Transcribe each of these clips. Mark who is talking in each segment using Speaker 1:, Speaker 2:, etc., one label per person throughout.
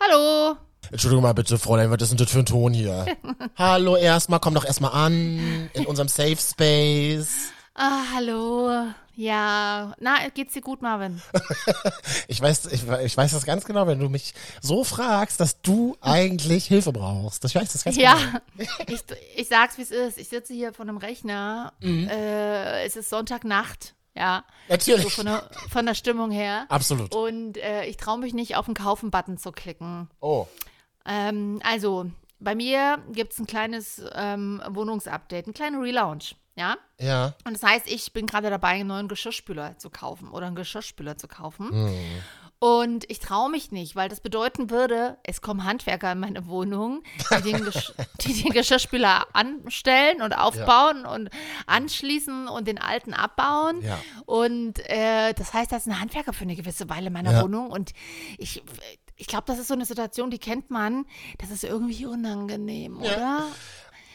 Speaker 1: Hallo.
Speaker 2: Entschuldigung mal bitte, Fräulein, was ist denn das für ein Ton hier? Hallo erstmal, komm doch erstmal an in unserem Safe Space.
Speaker 1: Ah, hallo. Ja, na, geht's dir gut, Marvin?
Speaker 2: Ich weiß, ich, we- ich weiß das ganz genau, wenn du mich so fragst, dass du eigentlich Hilfe brauchst. Ich weiß das ganz
Speaker 1: Ja,
Speaker 2: genau.
Speaker 1: ich, ich sag's, wie es ist. Ich sitze hier vor einem Rechner.
Speaker 2: Mhm.
Speaker 1: Äh, es ist Sonntagnacht, ja, so
Speaker 2: Natürlich.
Speaker 1: von der, von der Stimmung her.
Speaker 2: Absolut.
Speaker 1: Und äh, ich traue mich nicht, auf den Kaufen-Button zu klicken.
Speaker 2: Oh.
Speaker 1: Ähm, also, bei mir gibt's ein kleines ähm, Wohnungsupdate, einen kleinen Relaunch, ja.
Speaker 2: Ja.
Speaker 1: Und das heißt, ich bin gerade dabei, einen neuen Geschirrspüler zu kaufen oder einen Geschirrspüler zu kaufen.
Speaker 2: Hm.
Speaker 1: Und ich traue mich nicht, weil das bedeuten würde, es kommen Handwerker in meine Wohnung, die den, Gesch die den Geschirrspüler anstellen und aufbauen und anschließen und den alten abbauen.
Speaker 2: Ja.
Speaker 1: Und äh, das heißt, da ist ein Handwerker für eine gewisse Weile in meiner
Speaker 2: Ja.
Speaker 1: Wohnung. Und ich, ich glaube, das ist so eine Situation, die kennt man. Das ist irgendwie unangenehm, oder?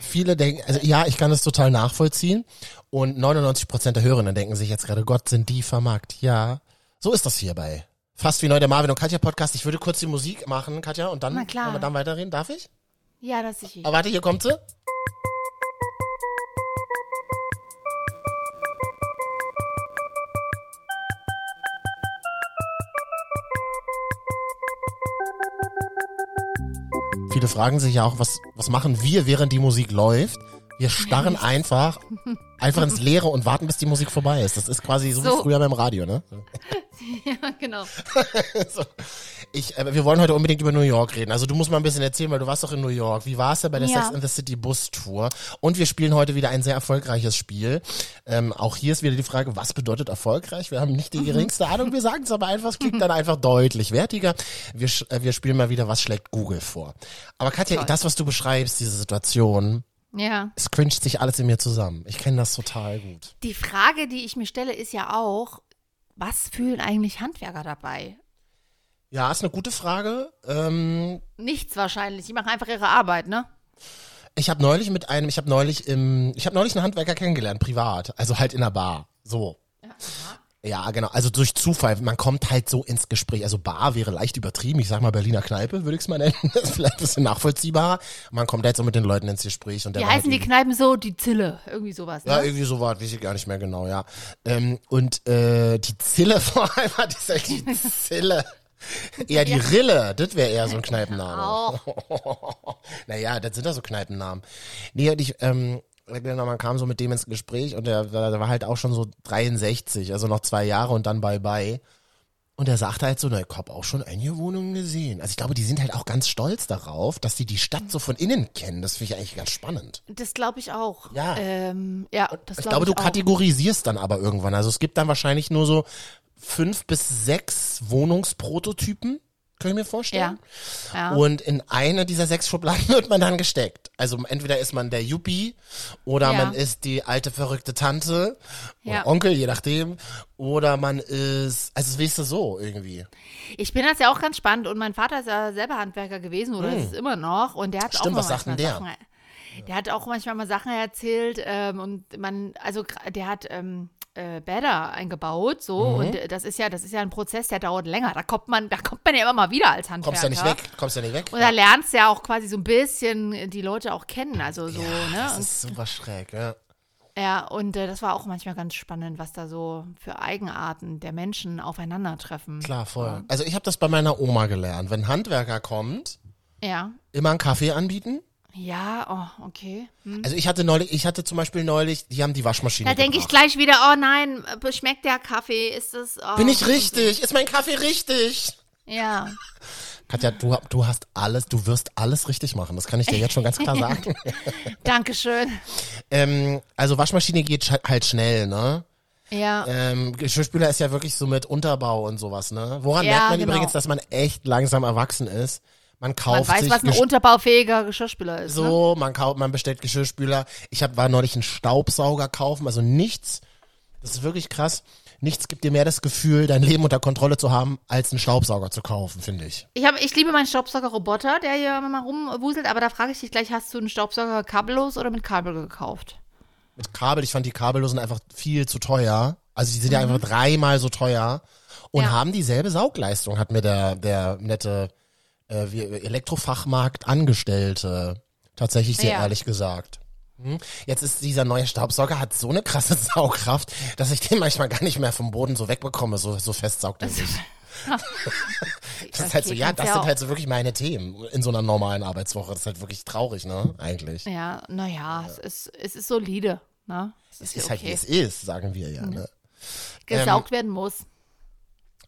Speaker 2: Viele denken, also ja, ich kann das total nachvollziehen. Und 99 Prozent der Hörenden denken sich jetzt gerade, Gott, sind die vermarkt. Ja. So ist das hierbei. Fast wie neu der Marvin und Katja Podcast. Ich würde kurz die Musik machen, Katja, und dann
Speaker 1: Na klar.
Speaker 2: wollen wir dann weiterreden. Darf ich?
Speaker 1: Ja, das ist ich.
Speaker 2: Aber Oh, warte, hier kommt sie. Viele fragen sich ja auch, was, was machen wir, während die Musik läuft? Wir starren einfach, einfach ins Leere und warten, bis die Musik vorbei ist. Das ist quasi so,
Speaker 1: So.
Speaker 2: wie früher beim Radio, ne?
Speaker 1: Ja, genau.
Speaker 2: Ich, äh, wir wollen heute unbedingt über New York reden. Also du musst mal ein bisschen erzählen, weil du warst doch in New York. Wie war es denn bei der
Speaker 1: Ja.
Speaker 2: Sex and the City Bus Tour? Und wir spielen heute wieder ein sehr erfolgreiches Spiel. Ähm, auch hier ist wieder die Frage, was bedeutet erfolgreich? Wir haben
Speaker 1: Mhm.
Speaker 2: nicht die geringste Ahnung. Wir sagen es aber einfach, es klingt dann einfach deutlich wertiger. Wir, sch- äh, wir spielen mal wieder, was schlägt Google vor? Aber Katja,
Speaker 1: Toll.
Speaker 2: das, was du beschreibst, diese Situation,
Speaker 1: Ja.
Speaker 2: es quincht sich alles in mir zusammen. Ich kenne das total gut.
Speaker 1: Die Frage, die ich mir stelle, ist ja auch, was fühlen eigentlich Handwerker dabei?
Speaker 2: Ja, ist eine gute Frage. Ähm,
Speaker 1: Nichts wahrscheinlich. Die machen einfach ihre Arbeit, ne?
Speaker 2: Ich habe neulich mit einem, ich habe neulich im, ich habe neulich einen Handwerker kennengelernt, privat, also halt in einer Bar, so. Ja, genau. Also durch Zufall. Man kommt halt so ins Gespräch. Also Bar wäre leicht übertrieben. Ich sag mal Berliner Kneipe, würde ich es mal nennen. Das ist vielleicht ein bisschen nachvollziehbar. Man kommt halt so mit den Leuten ins Gespräch. Und der
Speaker 1: Die
Speaker 2: war halt
Speaker 1: heißen die
Speaker 2: eben-
Speaker 1: Kneipen so, die Zille, irgendwie sowas.
Speaker 2: ja,
Speaker 1: Ne?
Speaker 2: irgendwie so war, weiß ich gar nicht mehr genau, ja. Ähm, und äh, die Zille vor allem hat ist echt die Zille. Eher die Rille, das wäre eher so ein Kneipenname. naja, das sind da so Kneipennamen. Nee, und ich, ähm, genau, man kam so mit dem ins Gespräch und der, der war halt auch schon so 63, also noch zwei Jahre und dann bye bye. Und er sagte halt so, na, ich hab auch schon einige Wohnungen gesehen. Also ich glaube, die sind halt auch ganz stolz darauf, dass sie die Stadt so von innen kennen. Das finde ich eigentlich ganz spannend.
Speaker 1: Das glaube ich auch.
Speaker 2: Ja.
Speaker 1: Ähm, ja, das
Speaker 2: Ich
Speaker 1: glaub
Speaker 2: glaube, du
Speaker 1: auch.
Speaker 2: kategorisierst dann aber irgendwann. Also es gibt dann wahrscheinlich nur so fünf bis sechs Wohnungsprototypen, kann ich mir vorstellen.
Speaker 1: Ja. Ja.
Speaker 2: Und in eine dieser sechs Schubladen wird man dann gesteckt. Also entweder ist man der Yuppie oder
Speaker 1: Ja.
Speaker 2: man ist die alte verrückte Tante oder
Speaker 1: Ja.
Speaker 2: Onkel, je nachdem. Oder man ist, also weißt du so irgendwie.
Speaker 1: Ich bin das ja auch ganz spannend und mein Vater ist ja selber Handwerker gewesen oder ist es immer noch und der hat
Speaker 2: Hm. Stimmt,
Speaker 1: auch
Speaker 2: was sagt denn
Speaker 1: manchmal
Speaker 2: der?
Speaker 1: Sachen, der hat auch manchmal mal Sachen erzählt ähm, und man also gra- der hat ähm, äh, Bäder eingebaut so
Speaker 2: Mhm.
Speaker 1: und äh, das ist ja das ist ja ein Prozess der dauert länger da kommt man da kommt man ja immer mal wieder als Handwerker
Speaker 2: Kommst ja nicht weg, kommst ja nicht weg.
Speaker 1: und da lernst du ja auch quasi so ein bisschen die Leute auch kennen also so
Speaker 2: ja,
Speaker 1: ne
Speaker 2: das
Speaker 1: und,
Speaker 2: ist super schräg, ja.
Speaker 1: ja und äh, das war auch manchmal ganz spannend was da so für Eigenarten der Menschen aufeinandertreffen
Speaker 2: Klar, voll. Also ich habe das bei meiner Oma gelernt. Wenn ein Handwerker kommt,
Speaker 1: ja
Speaker 2: immer einen Kaffee anbieten.
Speaker 1: ja oh, okay hm.
Speaker 2: Also ich hatte neulich, ich hatte zum Beispiel neulich, die haben die Waschmaschine.
Speaker 1: Da denke ich
Speaker 2: gebracht.
Speaker 1: gleich wieder, oh nein, äh, schmeckt der Kaffee? Ist das. Oh.
Speaker 2: Bin ich richtig? Ist mein Kaffee richtig?
Speaker 1: Ja.
Speaker 2: Katja, du, du hast alles, du wirst alles richtig machen. Das kann ich dir jetzt schon ganz klar sagen.
Speaker 1: Dankeschön.
Speaker 2: ähm, also Waschmaschine geht sch halt schnell, ne?
Speaker 1: Ja.
Speaker 2: Ähm, Geschirrspüler ist ja wirklich so mit Unterbau und sowas, ne? Woran
Speaker 1: Ja,
Speaker 2: merkt man
Speaker 1: genau.
Speaker 2: übrigens, dass man echt langsam erwachsen ist? Man
Speaker 1: Man
Speaker 2: kauft
Speaker 1: weiß,
Speaker 2: sich
Speaker 1: was ein
Speaker 2: Gesch-
Speaker 1: unterbaufähiger Geschirrspüler ist. Ne?
Speaker 2: so, man kauft, man bestellt Geschirrspüler. Ich hab, war neulich einen Staubsauger kaufen, also nichts. Das ist wirklich krass. Nichts gibt dir mehr das Gefühl, dein Leben unter Kontrolle zu haben, als einen Staubsauger zu kaufen, finde ich.
Speaker 1: Ich, hab, ich liebe meinen Staubsauger-Roboter, der hier mal rumwuselt, aber da frage ich dich gleich: Hast du einen Staubsauger kabellos oder mit Kabel gekauft?
Speaker 2: Mit Kabel, ich fand die kabellosen einfach viel zu teuer. Also die sind ja einfach dreimal so teuer und
Speaker 1: Mhm. Ja.
Speaker 2: haben dieselbe Saugleistung, hat mir der, der nette äh, äh, wir, Elektrofachmarkt Angestellte. Tatsächlich sehr
Speaker 1: Ja.
Speaker 2: ehrlich gesagt. Hm? Jetzt ist dieser neue Staubsauger hat so eine krasse Saugkraft, dass ich den manchmal gar nicht mehr vom Boden so wegbekomme, so, so fest saugt er sich. Das ist halt so,
Speaker 1: Okay,
Speaker 2: ja,
Speaker 1: kannst
Speaker 2: das
Speaker 1: ja
Speaker 2: sind
Speaker 1: auch-
Speaker 2: halt so wirklich meine Themen in so einer normalen Arbeitswoche. Das ist halt wirklich traurig, ne? Eigentlich.
Speaker 1: Ja, naja, es ist, es ist solide. Ne? Es ist,
Speaker 2: Es
Speaker 1: Ähm.
Speaker 2: ist
Speaker 1: ja
Speaker 2: halt, wie
Speaker 1: okay.
Speaker 2: es ist, sagen wir ja, ne?
Speaker 1: Gesaugt werden muss.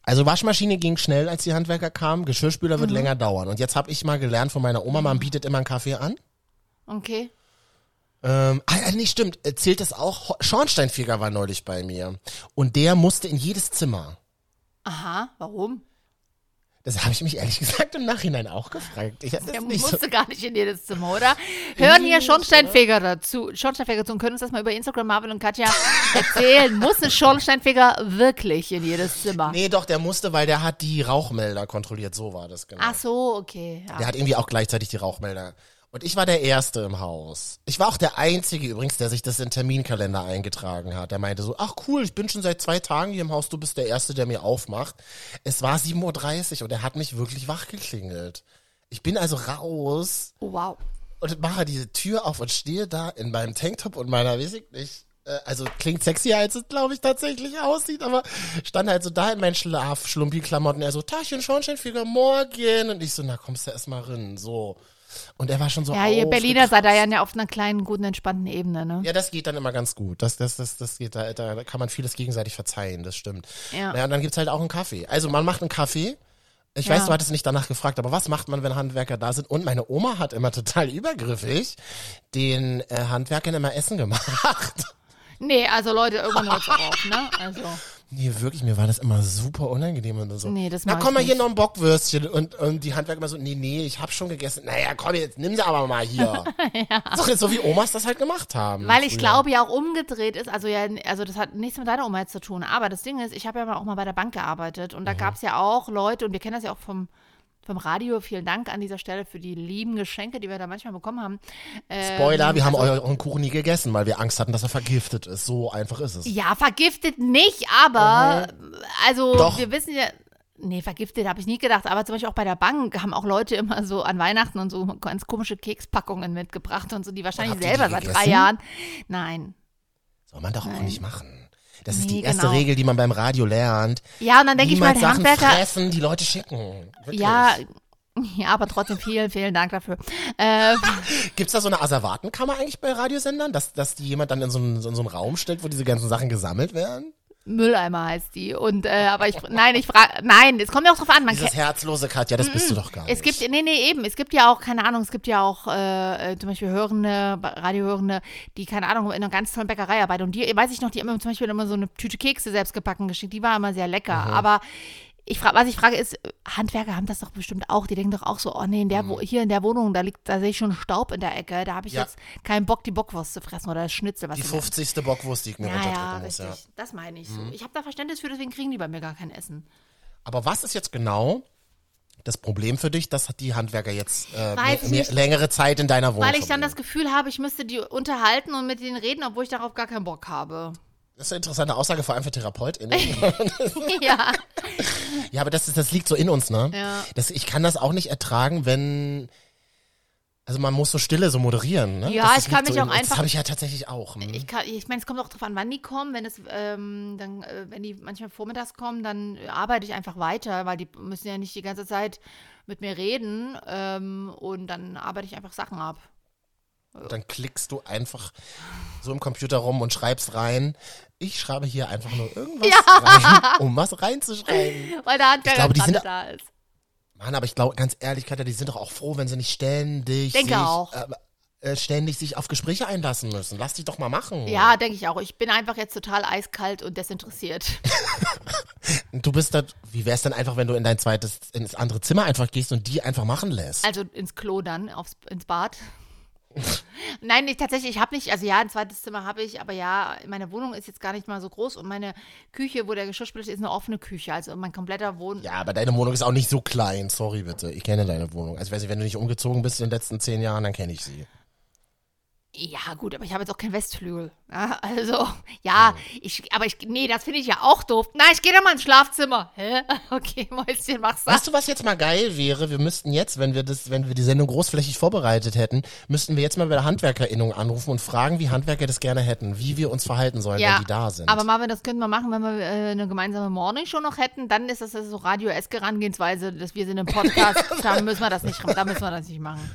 Speaker 2: Also Waschmaschine ging schnell, als die Handwerker kamen. Geschirrspüler
Speaker 1: Mhm.
Speaker 2: wird länger dauern. Und jetzt habe ich mal gelernt von meiner Oma, man bietet immer einen Kaffee an.
Speaker 1: Okay.
Speaker 2: Ähm, ah, ah, nee, stimmt. Äh, Zählt das auch? Ho- Schornsteinfeger war neulich bei mir. Und der musste in jedes Zimmer.
Speaker 1: Aha, warum?
Speaker 2: Das habe ich mich ehrlich gesagt im Nachhinein auch gefragt. Ich hab das
Speaker 1: Der
Speaker 2: nicht
Speaker 1: musste
Speaker 2: so.
Speaker 1: gar nicht in jedes Zimmer, oder? Hören hier Schornsteinfeger dazu. Schornsteinfeger zu und können uns das mal über Instagram Marvin und Katja erzählen. Muss ein Schornsteinfeger wirklich in jedes Zimmer?
Speaker 2: Nee, doch, der musste, weil der hat die Rauchmelder kontrolliert. So war das genau.
Speaker 1: Ach so, okay.
Speaker 2: Der
Speaker 1: Ja.
Speaker 2: hat irgendwie auch gleichzeitig die Rauchmelder. Und ich war der Erste im Haus. Ich war auch der Einzige übrigens, der sich das in den Terminkalender eingetragen hat. Der meinte so, ach cool, ich bin schon seit zwei Tagen hier im Haus, du bist der Erste, der mir aufmacht. Es war 7.30 Uhr und er hat mich wirklich wach geklingelt. Ich bin also raus
Speaker 1: Oh, wow.
Speaker 2: und mache diese Tür auf und stehe da in meinem Tanktop und meiner, weiß ich nicht, äh, also klingt sexier, als es glaube ich tatsächlich aussieht, aber stand halt so da in meinen Schlaf, Schlumpi-Klamotten, er so, Tachchen, Schornsteinfeger, morgen. Und ich so, na kommst du erst mal rein, so. Und er war schon so
Speaker 1: Ja, ihr Berliner
Speaker 2: aufgekratzt.
Speaker 1: seid da ja auf einer kleinen, guten, entspannten Ebene, ne?
Speaker 2: Ja, das geht dann immer ganz gut. Das, das, das, das geht, da, da kann man vieles gegenseitig verzeihen, das stimmt.
Speaker 1: Ja.
Speaker 2: Naja, und dann gibt's halt auch einen Kaffee. Also man macht einen Kaffee. Ich
Speaker 1: Ja.
Speaker 2: weiß, du hattest nicht danach gefragt, aber was macht man, wenn Handwerker da sind? Und meine Oma hat immer total übergriffig den äh, Handwerkern immer Essen gemacht.
Speaker 1: Nee, also Leute, irgendwann hört's auch auf, ne? Also,
Speaker 2: Nee, wirklich, mir war das immer super unangenehm und so.
Speaker 1: Nee, das
Speaker 2: Na
Speaker 1: mag
Speaker 2: komm
Speaker 1: ich
Speaker 2: mal hier
Speaker 1: nicht.
Speaker 2: noch ein Bockwürstchen und, und die Handwerker immer so, nee, nee, ich hab schon gegessen. Naja, komm jetzt, nimm sie aber mal hier. so, so wie Omas das halt gemacht haben.
Speaker 1: weil ich
Speaker 2: früher.
Speaker 1: glaube, ja auch umgedreht ist, also ja, also das hat nichts mit deiner Oma jetzt zu tun, aber das Ding ist, ich habe ja mal auch mal bei der Bank gearbeitet und da
Speaker 2: Mhm.
Speaker 1: gab's ja auch Leute und wir kennen das ja auch vom vom Radio, vielen Dank an dieser Stelle für die lieben Geschenke, die wir da manchmal bekommen haben. Ähm,
Speaker 2: Spoiler, wir haben euren Kuchen nie gegessen, weil wir Angst hatten, dass er vergiftet ist. So einfach ist es.
Speaker 1: Ja, vergiftet nicht, aber also
Speaker 2: Mhm. Doch.
Speaker 1: wir wissen ja. Nee, vergiftet habe ich nie gedacht. Aber zum Beispiel auch bei der Bank haben auch Leute immer so an Weihnachten und so ganz komische Kekspackungen mitgebracht und so, die wahrscheinlich
Speaker 2: habt ihr
Speaker 1: selber
Speaker 2: die
Speaker 1: seit drei
Speaker 2: gegessen?
Speaker 1: Jahren. Nein.
Speaker 2: Soll man doch auch nicht machen. Das ist
Speaker 1: Nee,
Speaker 2: die erste
Speaker 1: genau.
Speaker 2: Regel, die man beim Radio lernt.
Speaker 1: Ja, und dann denke ich mal,
Speaker 2: Niemals
Speaker 1: der
Speaker 2: Sachen
Speaker 1: Handwerker.
Speaker 2: fressen, die Leute schicken. Wirklich.
Speaker 1: Ja, ja, aber trotzdem vielen, vielen Dank dafür. Äh,
Speaker 2: Gibt's da so eine Asservatenkammer eigentlich bei Radiosendern, dass, dass die jemand dann in so, einen, so in so einen Raum stellt, wo diese ganzen Sachen gesammelt werden?
Speaker 1: Mülleimer heißt die. Und äh, aber ich nein, ich frage nein, es kommt ja auch drauf an. Man
Speaker 2: Dieses herzlose Katja, das bist du doch gar nicht.
Speaker 1: Es gibt, nee, nee, eben, es gibt ja auch, keine Ahnung, es gibt ja auch äh, äh, zum Beispiel Hörende, Ba- Radiohörende, die, keine Ahnung, in einer ganz tollen Bäckerei arbeiten. Und die, weiß ich noch, die haben mir zum Beispiel immer so eine Tüte Kekse selbst gebacken geschickt. Die war immer sehr lecker. Aber ich frage, was ich frage ist, Handwerker haben das doch bestimmt auch. Die denken doch auch so, oh nee, in der, Wo- hier in der Wohnung, da liegt, da sehe ich schon Staub in der Ecke. Da habe ich
Speaker 2: Mhm. Ja.
Speaker 1: jetzt keinen Bock, die Bockwurst zu fressen oder das Schnitzel. Was
Speaker 2: die
Speaker 1: ich-
Speaker 2: 50. Bockwurst, die ich mir
Speaker 1: ja, ja,
Speaker 2: runterdrücken muss.
Speaker 1: richtig.
Speaker 2: Ja. Mhm.
Speaker 1: Das meine ich so. Ich habe da Verständnis für, deswegen kriegen die bei mir gar kein Essen.
Speaker 2: Aber was ist jetzt genau das Problem für dich, dass die Handwerker jetzt
Speaker 1: Weiß
Speaker 2: äh, mehr,
Speaker 1: ich
Speaker 2: mehr,
Speaker 1: nicht.
Speaker 2: längere Zeit in deiner Wohnung
Speaker 1: Weil ich dann
Speaker 2: verbringen?
Speaker 1: das Gefühl habe, ich müsste die unterhalten und mit denen reden, obwohl ich darauf gar keinen Bock habe.
Speaker 2: Das ist eine interessante Aussage, vor allem für TherapeutInnen.
Speaker 1: ja.
Speaker 2: Ja, aber das, ist, das liegt so in uns, ne?
Speaker 1: Ja.
Speaker 2: Das, ich kann das auch nicht ertragen, wenn. Also man muss so Stille so moderieren, ne?
Speaker 1: Ja,
Speaker 2: das
Speaker 1: ich kann
Speaker 2: liegt
Speaker 1: mich
Speaker 2: so
Speaker 1: auch
Speaker 2: in uns. Das
Speaker 1: einfach-
Speaker 2: habe ich ja tatsächlich auch. hm.
Speaker 1: Ich, kann, ich meine, es kommt auch drauf an, wann die kommen. Wenn es, ähm, dann, äh, wenn die manchmal vormittags kommen, dann arbeite ich einfach weiter, weil die müssen ja nicht die ganze Zeit mit mir reden ähm, und dann arbeite ich einfach Sachen ab.
Speaker 2: Dann klickst du einfach so im Computer rum und schreibst rein. Ich schreibe hier einfach nur irgendwas rein, um was reinzuschreiben.
Speaker 1: Weil der
Speaker 2: Ich
Speaker 1: Handwerker
Speaker 2: glaube, die
Speaker 1: gerade
Speaker 2: sind-
Speaker 1: da ist.
Speaker 2: Mann, aber ich glaube, ganz ehrlich, Katja, die sind doch auch froh, wenn sie nicht ständig,
Speaker 1: Denke
Speaker 2: sich,
Speaker 1: auch.
Speaker 2: äh, äh, ständig sich auf Gespräche einlassen müssen. Lass dich doch mal machen.
Speaker 1: Ja, denke ich auch. Ich bin einfach jetzt total eiskalt und desinteressiert.
Speaker 2: Du bist da, wie wär's denn einfach, wenn du in dein zweites, ins andere Zimmer einfach gehst und die einfach machen lässt?
Speaker 1: Also ins Klo dann, aufs, ins Bad. Nein, ich, tatsächlich, ich habe nicht, also ja, ein zweites Zimmer habe ich, aber ja, meine Wohnung ist jetzt gar nicht mal so groß und meine Küche, wo der Geschirrspüler ist, ist eine offene Küche. Also mein kompletter Wohn.
Speaker 2: Ja, aber deine Wohnung ist auch nicht so klein. Sorry bitte. Ich kenne deine Wohnung. Also, ich weiß nicht, wenn du nicht umgezogen bist in den letzten zehn Jahren, dann kenne ich sie.
Speaker 1: Ja, gut, aber ich habe jetzt auch keinen Westflügel. Ja, also, ja, ich, aber ich, nee, das finde ich ja auch doof. Na, ich gehe da mal ins Schlafzimmer. Hä? Okay, Mäuschen, mach's da.
Speaker 2: Weißt du, was jetzt mal geil wäre? Wir müssten jetzt, wenn wir das, wenn wir die Sendung großflächig vorbereitet hätten, müssten wir jetzt mal bei der HandwerkerInnung anrufen und fragen, wie Handwerker das gerne hätten, wie wir uns verhalten sollen,
Speaker 1: Ja,
Speaker 2: wenn die da sind.
Speaker 1: aber Marvin, das könnten wir machen, wenn wir äh, eine gemeinsame Morningshow noch hätten. Dann ist das also so Radio Eske Herangehensweise, dass wir sind im Podcast. da müssen wir das nicht, da müssen wir das nicht machen.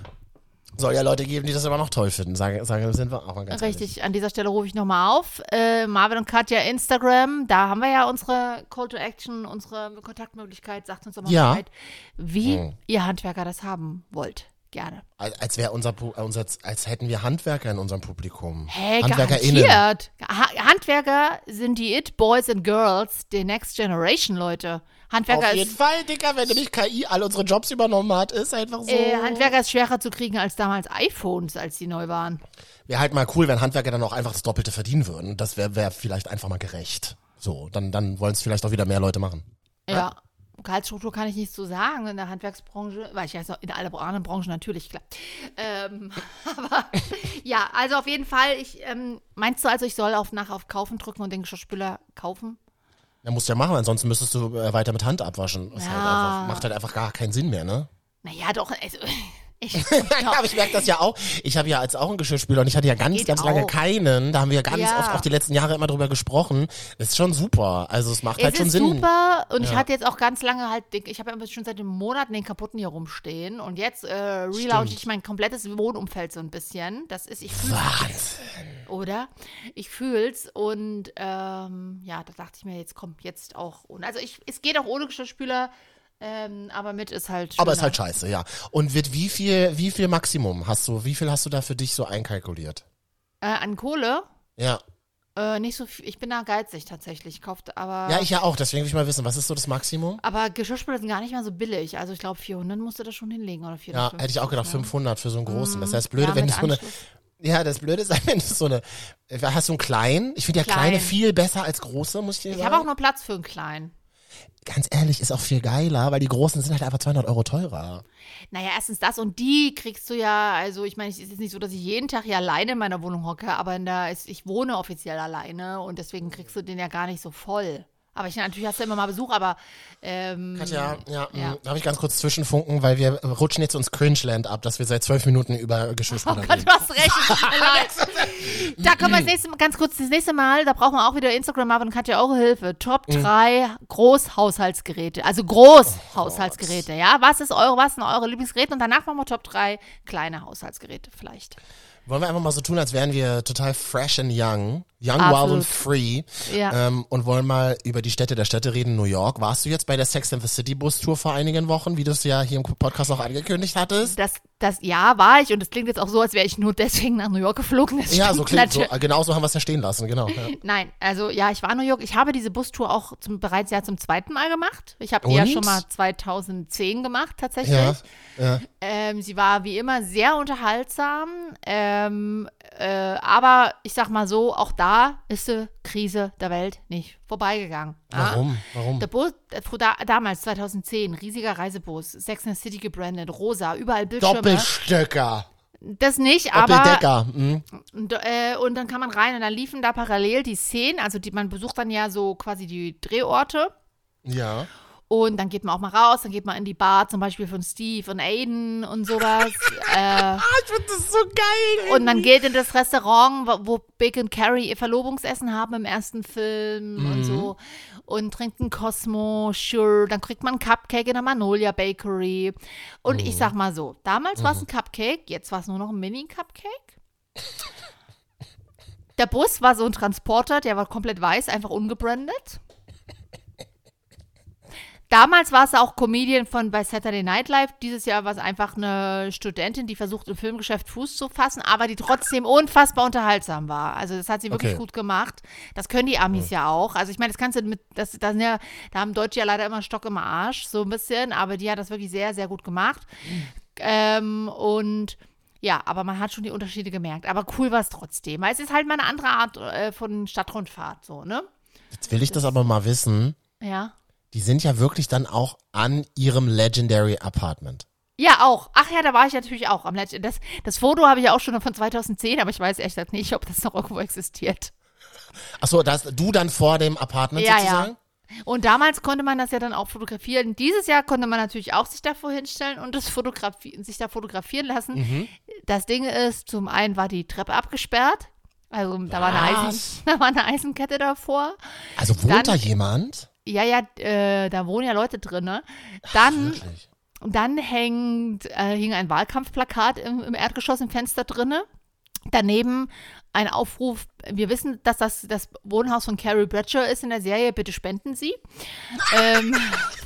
Speaker 2: Soll ja Leute geben, die das immer noch toll finden. Sagen, sagen sind wir auch mal ganz ehrlich.
Speaker 1: Richtig, an dieser Stelle rufe ich nochmal auf. Äh, Marvin und Katja Instagram, da haben wir ja unsere Call to Action, unsere Kontaktmöglichkeit. Sagt uns doch mal
Speaker 2: Ja. Oh.
Speaker 1: Bescheid, wie ihr Handwerker das haben wollt. Gerne.
Speaker 2: Als, als wäre unser, Pu- äh, unser, als hätten wir Handwerker in unserem Publikum.
Speaker 1: Hey,
Speaker 2: HandwerkerInnen.
Speaker 1: Äh, garantiert. Ha Handwerker sind die It Boys and Girls, die Next Generation, Leute. Handwerker
Speaker 2: Auf jeden
Speaker 1: ist,
Speaker 2: Fall, Dicker, wenn nämlich KI all unsere Jobs übernommen hat, ist einfach so.
Speaker 1: äh, Handwerker ist schwerer zu kriegen als damals iPhones, als die neu waren.
Speaker 2: Wäre halt mal cool, wenn Handwerker dann auch einfach das Doppelte verdienen würden. Das wäre wär vielleicht einfach mal gerecht. So, dann, dann wollen es vielleicht auch wieder mehr Leute machen.
Speaker 1: Ja. Gehaltsstruktur kann ich nicht so sagen in der Handwerksbranche, weil ich weiß noch, in aller anderen Branchen natürlich, klar. Ähm, aber ja, also auf jeden Fall, ich, ähm, meinst du also, ich soll auf nach auf Kaufen drücken und den Geschirrspüler kaufen?
Speaker 2: Ja, musst du ja machen, ansonsten müsstest du äh, weiter mit Hand abwaschen. Ist
Speaker 1: Ja.
Speaker 2: halt einfach, macht halt einfach gar keinen Sinn mehr, ne?
Speaker 1: Naja, doch, also, ich,
Speaker 2: Ja, aber ich merke das ja auch. Ich habe ja als auch einen Geschirrspüler und ich hatte ja ganz,
Speaker 1: Geht
Speaker 2: ganz lange
Speaker 1: auch.
Speaker 2: keinen. Da haben wir ja ganz
Speaker 1: Ja.
Speaker 2: oft auch die letzten Jahre immer drüber gesprochen. Ist schon super. Also es macht halt
Speaker 1: es
Speaker 2: schon
Speaker 1: ist
Speaker 2: Sinn.
Speaker 1: super und ich hatte jetzt auch ganz lange halt, den- ich habe ja schon seit den Monaten den kaputten hier rumstehen und jetzt äh, relaunche ich mein komplettes Wohnumfeld so ein bisschen. Das ist, ich fühle
Speaker 2: Wahnsinn.
Speaker 1: Oder? Ich fühl's und ähm, ja, da dachte ich mir, jetzt kommt jetzt auch ohne. Also ich, es geht auch ohne Geschirrspüler, ähm, aber mit ist halt.
Speaker 2: Aber ist
Speaker 1: schöner.
Speaker 2: halt scheiße, ja. Und wird wie viel, wie viel Maximum hast du, wie viel hast du da für dich so einkalkuliert?
Speaker 1: äh, an Kohle
Speaker 2: Ja.
Speaker 1: äh, nicht so viel. Ich bin da geizig tatsächlich. Kauft aber.
Speaker 2: Ja, ich ja auch. Deswegen will ich mal wissen, was ist so das Maximum?
Speaker 1: aber Geschirrspüler sind gar nicht mehr so billig. Also ich glaube 400 musst du da schon hinlegen oder 400.
Speaker 2: Ja, hätte ich auch gedacht, 500 für so einen großen. Das heißt, blöde,
Speaker 1: Mhm. Ja,
Speaker 2: wenn
Speaker 1: mit
Speaker 2: du so eine,
Speaker 1: Anschluss.
Speaker 2: ja, das Blöde ist, wenn du so eine, hast du einen kleinen? Ich finde ja
Speaker 1: Klein.
Speaker 2: kleine viel besser als große, muss ich dir
Speaker 1: Ich
Speaker 2: sagen.
Speaker 1: habe auch nur Platz für einen kleinen.
Speaker 2: ganz ehrlich, ist auch viel geiler, weil die großen sind halt einfach 200 Euro teurer.
Speaker 1: Mhm. Naja, erstens das und die kriegst du ja, also ich meine, es ist jetzt nicht so, dass ich jeden Tag hier alleine in meiner Wohnung hocke, aber in der ist, ich wohne offiziell alleine und deswegen kriegst du den ja gar nicht so voll. Aber ich natürlich hast du immer mal Besuch, aber ähm,
Speaker 2: Katja, ja,
Speaker 1: Ja.
Speaker 2: ja. darf ich ganz kurz zwischenfunken, weil wir rutschen jetzt ins Cringeland ab, dass wir seit zwölf Minuten über
Speaker 1: Oh
Speaker 2: Geschirrspüler
Speaker 1: Gott,
Speaker 2: reden.
Speaker 1: du hast recht. es tut mir leid. da können wir das nächste Mal, ganz kurz das nächste Mal, da brauchen wir auch wieder Instagram Marvin und Katja eure Hilfe. Top 3 Großhaushaltsgeräte, also Großhaushaltsgeräte, ja? Was ist eure, was sind eure Lieblingsgeräte und danach machen wir Top 3 kleine Haushaltsgeräte vielleicht.
Speaker 2: Wollen wir einfach mal so tun, als wären wir total fresh and young, young, wild
Speaker 1: Absolut.
Speaker 2: and free
Speaker 1: Ja.
Speaker 2: ähm, und wollen mal über die Städte der Städte reden. New York, warst du jetzt bei der Sex and the City Bus Tour vor einigen Wochen, wie du es ja hier im Podcast auch angekündigt hattest?
Speaker 1: Das, das ja war ich und das klingt jetzt auch so, als wäre ich nur deswegen nach New York geflogen. Das
Speaker 2: Ja,
Speaker 1: stimmt
Speaker 2: so klingt so,
Speaker 1: natürlich.
Speaker 2: äh, genau so haben wir es ja stehen lassen, genau. Ja.
Speaker 1: Nein, also ja, ich war in New York. Ich habe diese Bustour auch zum, bereits ja zum zweiten Mal gemacht. Ich habe die ja
Speaker 2: Und?
Speaker 1: schon mal 2010 gemacht tatsächlich.
Speaker 2: Ja,
Speaker 1: Ähm, sie war wie immer sehr unterhaltsam, ähm, äh, aber ich sag mal so, auch da ist die Krise der Welt nicht vorbeigegangen. Ja?
Speaker 2: Warum? Warum?
Speaker 1: Der Bus, äh, fr- da, damals 2010, riesiger Reisebus, Sex and the City gebrandet, rosa, überall Bildschirme.
Speaker 2: Doppelstöcker,
Speaker 1: das nicht, aber
Speaker 2: Doppeldecker. Mhm.
Speaker 1: Und, äh, und dann kann man rein und dann liefen da parallel die Szenen, also die, man besucht dann ja so quasi die Drehorte
Speaker 2: Ja.
Speaker 1: und dann geht man auch mal raus, dann geht man in die Bar zum Beispiel von Steve und Aiden und sowas äh,
Speaker 2: Ich finde das so geil.
Speaker 1: und man geht in das Restaurant, wo, wo Big und Carrie ihr Verlobungsessen haben im ersten Film und so und trinkt ein Cosmo, sure, dann kriegt man einen Cupcake in der Magnolia Bakery und ich sag mal so, damals war es ein Cupcake, jetzt war es nur noch ein Mini-Cupcake. Der Bus war so ein Transporter, der war komplett weiß, einfach ungebrandet. Damals war es auch Comedian von bei Saturday Night Live. Dieses Jahr war es einfach eine Studentin, die versucht, im Filmgeschäft Fuß zu fassen, aber die trotzdem unfassbar unterhaltsam war. Also das hat sie wirklich
Speaker 2: Okay.
Speaker 1: gut gemacht. Das können die Amis ja auch. Also ich meine, das kannst du mit, das, das sind ja, da haben Deutsche ja leider immer einen Stock im Arsch, so ein bisschen, aber die hat das wirklich sehr, sehr gut gemacht. Ähm, und ja, aber man hat schon die Unterschiede gemerkt. Aber cool war es trotzdem. Weil es ist halt mal eine andere Art äh, von Stadtrundfahrt, so, ne?
Speaker 2: Jetzt will ich das aber mal wissen.
Speaker 1: Ja.
Speaker 2: Die sind ja wirklich dann auch an ihrem Legendary Apartment.
Speaker 1: Ja, auch. Ach ja, da war ich natürlich auch. Am letzten, das, das Foto habe ich ja auch schon von 2010, aber ich weiß ehrlich gesagt nicht, ob das noch irgendwo existiert.
Speaker 2: Achso, da hast du dann vor dem Apartment
Speaker 1: Ja,
Speaker 2: sozusagen?
Speaker 1: ja. Und damals konnte man das ja dann auch fotografieren. Dieses Jahr konnte man natürlich auch sich davor hinstellen und das fotografi sich da fotografieren lassen. Das Ding ist, zum einen war die Treppe abgesperrt. Also da war, eine
Speaker 2: Was?
Speaker 1: Eisen, da war eine Eisenkette davor.
Speaker 2: Also wohnt
Speaker 1: Dann-
Speaker 2: da jemand?
Speaker 1: Ja, ja, äh, da wohnen ja Leute drin. Ne? Dann
Speaker 2: Wirklich?
Speaker 1: Und dann hängt, äh, hing ein Wahlkampfplakat im, im Erdgeschoss im Fenster drinne. Daneben ein Aufruf, wir wissen, dass das das Wohnhaus von Carrie Bradshaw ist in der Serie, bitte spenden Sie. ähm,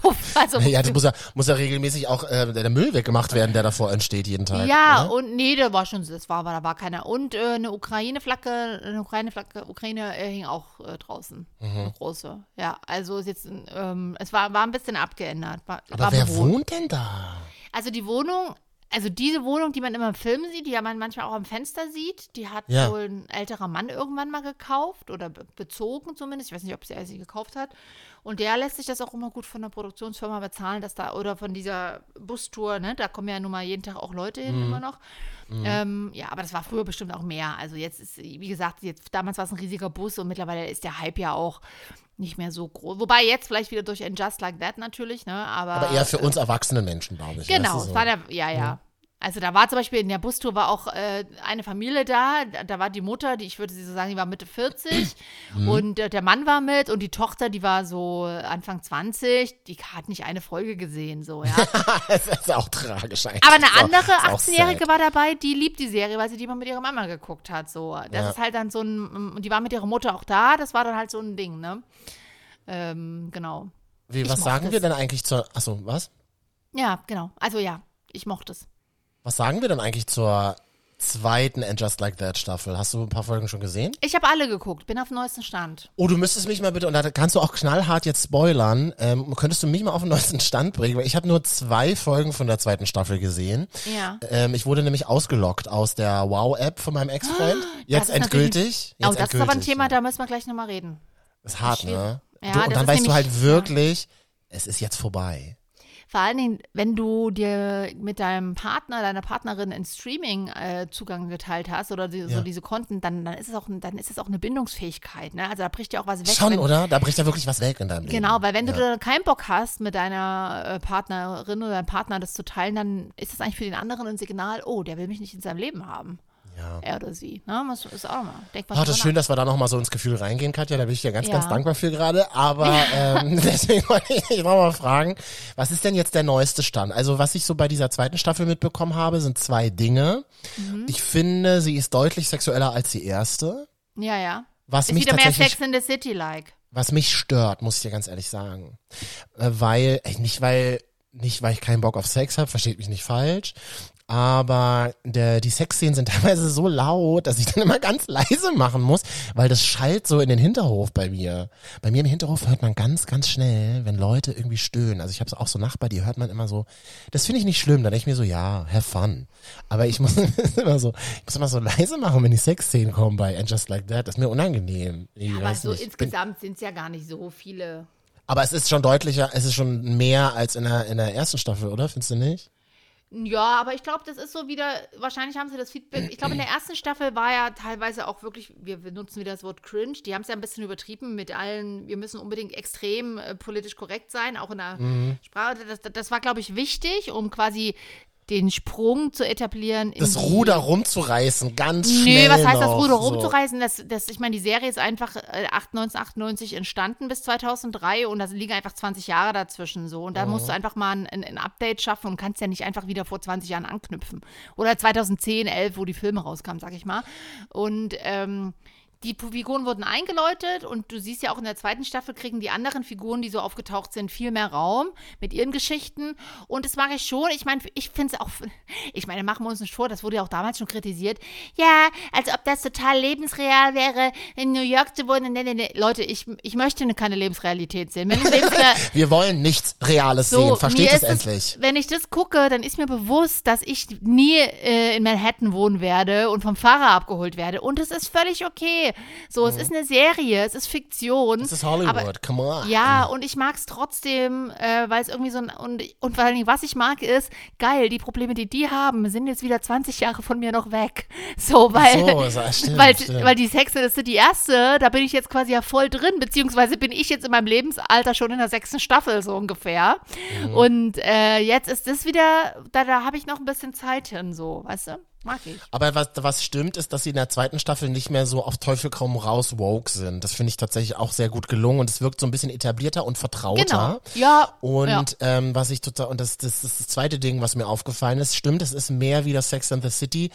Speaker 1: also,
Speaker 2: Ja, das muss ja, muss ja regelmäßig auch äh, der Müll weggemacht werden, der davor entsteht jeden Tag.
Speaker 1: ja,
Speaker 2: ne?
Speaker 1: und nee, da war schon, das war, aber da war keiner. Und äh, eine Ukraine-Flagge, eine Ukraine-Flagge, Ukraine äh, hing auch äh, draußen,
Speaker 2: Mhm.
Speaker 1: eine große. Ja, also ist jetzt, ein, ähm, es war, war ein bisschen abgeändert. War,
Speaker 2: Aber
Speaker 1: war
Speaker 2: wer
Speaker 1: bewohnt.
Speaker 2: wohnt denn da?
Speaker 1: Also die Wohnung, also diese Wohnung, die man immer im Film sieht, die ja man manchmal auch am Fenster sieht, die hat
Speaker 2: Ja.
Speaker 1: wohl ein älterer Mann irgendwann mal gekauft oder be- bezogen zumindest. Ich weiß nicht, ob sie sie gekauft hat. Und der lässt sich das auch immer gut von der Produktionsfirma bezahlen, dass da, oder von dieser Bustour, ne? Da kommen ja nun mal jeden Tag auch Leute
Speaker 2: Mhm.
Speaker 1: hin immer noch. Ähm, ja, aber das war früher bestimmt auch mehr. Also jetzt ist, wie gesagt, jetzt, damals war es ein riesiger Bus und mittlerweile ist der Hype ja auch nicht mehr so groß. Wobei jetzt vielleicht wieder durch ein Just Like That natürlich, ne? Aber,
Speaker 2: Aber eher für uns erwachsenen Menschen, glaube ich.
Speaker 1: Genau,
Speaker 2: weißt du,
Speaker 1: es
Speaker 2: so.
Speaker 1: war der, ja, ja. Also da war zum Beispiel in der Bustour war auch äh, eine Familie da, da da war die Mutter, die ich würde sie so sagen, die war Mitte 40
Speaker 2: Mhm.
Speaker 1: und äh, der Mann war mit und die Tochter, die war so Anfang 20, die hat nicht eine Folge gesehen, so, ja.
Speaker 2: Es ist auch tragisch eigentlich.
Speaker 1: Aber eine
Speaker 2: Ist auch-
Speaker 1: andere
Speaker 2: ist auch
Speaker 1: 18-Jährige
Speaker 2: sad.
Speaker 1: war dabei, die liebt die Serie, weil sie die mal mit ihrer Mama geguckt hat. So. Das
Speaker 2: Ja.
Speaker 1: ist halt dann so ein, und die war mit ihrer Mutter auch da, das war dann halt so ein Ding, ne? Ähm, genau.
Speaker 2: Wie,
Speaker 1: Ich
Speaker 2: was
Speaker 1: mochte
Speaker 2: sagen
Speaker 1: es.
Speaker 2: wir denn eigentlich zur. Achso, was?
Speaker 1: Ja, genau. Also ja, ich mochte es.
Speaker 2: Was sagen wir denn eigentlich zur zweiten And Just Like That Staffel? Hast du ein paar Folgen schon gesehen?
Speaker 1: Ich habe alle geguckt, bin auf dem neuesten Stand.
Speaker 2: Oh, du müsstest mich mal bitte, und da kannst du auch knallhart jetzt spoilern, ähm, könntest du mich mal auf den neuesten Stand bringen, weil ich habe nur zwei Folgen von der zweiten Staffel gesehen.
Speaker 1: Ja.
Speaker 2: Ähm, ich wurde nämlich ausgelockt aus der Wow-App von meinem Ex-Freund. Jetzt
Speaker 1: Ah, ist natürlich-
Speaker 2: endgültig. Jetzt
Speaker 1: oh, das ist aber ein
Speaker 2: endgültig,
Speaker 1: Thema,
Speaker 2: ja.
Speaker 1: da müssen wir gleich nochmal reden.
Speaker 2: Ist hart, ne?
Speaker 1: Ja,
Speaker 2: du,
Speaker 1: das
Speaker 2: und dann
Speaker 1: ist
Speaker 2: weißt du
Speaker 1: nämlich-
Speaker 2: halt wirklich, es ist jetzt vorbei.
Speaker 1: Vor allen Dingen, wenn du dir mit deinem Partner, deiner Partnerin einen Streaming-Zugang geteilt hast oder die,
Speaker 2: Ja.
Speaker 1: so diese Konten, dann, dann ist es auch, ein- dann ist es auch eine Bindungsfähigkeit. Ne? Also da bricht ja auch was weg.
Speaker 2: Schon,
Speaker 1: wenn,
Speaker 2: oder? Da bricht ja wirklich was weg in deinem Leben.
Speaker 1: Genau, weil wenn
Speaker 2: ja.
Speaker 1: du da keinen Bock hast, mit deiner äh, Partnerin oder deinem Partner das zu teilen, dann ist das eigentlich für den anderen ein Signal, oh, der will mich nicht in seinem Leben haben.
Speaker 2: Ja.
Speaker 1: Er oder sie. Ne? Das ist auch mal. Denk mal
Speaker 2: Ach, Ah, das ist
Speaker 1: drüber
Speaker 2: schön, dass wir da nochmal so ins Gefühl reingehen, Katja. Da bin ich dir ganz,
Speaker 1: Ja.
Speaker 2: ganz dankbar für gerade. Aber ähm, deswegen wollte ich dich nochmal fragen, was ist denn jetzt der neueste Stand? Also, was ich so bei dieser zweiten Staffel mitbekommen habe, sind zwei Dinge.
Speaker 1: Mhm.
Speaker 2: Ich finde, sie ist deutlich sexueller als die erste.
Speaker 1: nach. Ja, ja.
Speaker 2: Was
Speaker 1: Ist
Speaker 2: mich
Speaker 1: wieder mehr
Speaker 2: tatsächlich
Speaker 1: Sex in the City-like.
Speaker 2: was mich stört, muss ich dir ganz ehrlich sagen. Äh, Weil, ey, nicht weil, nicht weil ich keinen Bock auf Sex habe, versteht mich nicht falsch. Aber der, die Sexszenen sind teilweise so laut, dass ich dann immer ganz leise machen muss, weil das schallt so in den Hinterhof bei mir. Bei mir im Hinterhof hört man ganz, ganz schnell, wenn Leute irgendwie stöhnen. Also ich habe auch so Nachbar, die hört man immer so. Das finde ich nicht schlimm. Da denke ich mir so, ja, have fun. Aber ich muss immer so, ich muss immer so leise machen, wenn die Sexszenen kommen bei And Just Like That. Das ist mir unangenehm. Ich
Speaker 1: Aber
Speaker 2: weiß
Speaker 1: so
Speaker 2: nicht. Ich bin-
Speaker 1: insgesamt sind es ja gar nicht so viele.
Speaker 2: Aber es ist schon deutlicher, es ist schon mehr als in der, in der ersten Staffel, oder? Findest du nicht?
Speaker 1: Ja, aber ich glaube, das ist so wieder, wahrscheinlich haben sie das Feedback, ich glaube, in der ersten Staffel war ja teilweise auch wirklich, wir benutzen wieder das Wort cringe, die haben es ja ein bisschen übertrieben mit allen, wir müssen unbedingt extrem äh, politisch korrekt sein, auch in der
Speaker 2: Mhm.
Speaker 1: Sprache. Das, das war, glaube ich, wichtig, um quasi den Sprung zu etablieren. in
Speaker 2: Das
Speaker 1: die-
Speaker 2: Ruder rumzureißen, ganz
Speaker 1: Nö,
Speaker 2: schnell.
Speaker 1: was heißt das
Speaker 2: noch,
Speaker 1: Ruder
Speaker 2: so.
Speaker 1: rumzureißen? Das, das, ich meine, die Serie ist einfach äh, 98, 98 entstanden bis 2003 und da liegen einfach 20 Jahre dazwischen so. Und da musst du
Speaker 2: Mhm.
Speaker 1: einfach mal ein, ein, ein Update schaffen und kannst ja nicht einfach wieder vor 20 Jahren anknüpfen. Oder 2010, 11, wo die Filme rauskamen, sag ich mal. Und ähm, die P- Figuren wurden eingeläutet und du siehst ja auch in der zweiten Staffel kriegen die anderen Figuren, die so aufgetaucht sind, viel mehr Raum mit ihren Geschichten. Und das mag ich schon. Ich meine, ich finde es auch, ich meine, machen wir uns nicht vor, das wurde ja auch damals schon kritisiert. Ja, als ob das total lebensreal wäre, in New York zu wohnen. Nee, nee, nee. Leute, ich, ich möchte keine Lebensrealität sehen. Wenn ich Lebensreal
Speaker 2: Wir wollen nichts Reales sehen, versteht
Speaker 1: mir
Speaker 2: es
Speaker 1: ist
Speaker 2: endlich.
Speaker 1: Wenn ich das gucke, dann ist mir bewusst, dass ich nie äh, in Manhattan wohnen werde und vom Fahrer abgeholt werde. Und es ist völlig okay. So, es ist eine Serie, es ist Fiktion.
Speaker 2: Das Mhm. ist Hollywood,
Speaker 1: Aber,
Speaker 2: come on.
Speaker 1: ja, und ich mag es trotzdem, äh, weil es irgendwie so ein. Und, und vor allen Dingen, was ich mag, ist, geil, die Probleme, die die haben, sind jetzt wieder 20 Jahre von mir noch weg. So, weil.
Speaker 2: so, so, stimmt,
Speaker 1: weil,
Speaker 2: stimmt.
Speaker 1: weil die Sex and the City erste, da bin ich jetzt quasi ja voll drin, beziehungsweise bin ich jetzt in meinem Lebensalter schon in der sechsten Staffel so ungefähr.
Speaker 2: Mhm.
Speaker 1: Und äh, jetzt ist das wieder, da, da habe ich noch ein bisschen Zeit hin, so, weißt du? Mag ich.
Speaker 2: Aber was, was stimmt, ist, dass sie in der zweiten Staffel nicht mehr so auf Teufel komm raus woke sind. Das finde ich tatsächlich auch sehr gut gelungen und es wirkt so ein bisschen etablierter und vertrauter.
Speaker 1: Genau. Ja.
Speaker 2: Und
Speaker 1: ja.
Speaker 2: ähm, was ich total, und das, das ist das zweite Ding, was mir aufgefallen ist, stimmt, es ist mehr wie das Sex and the City.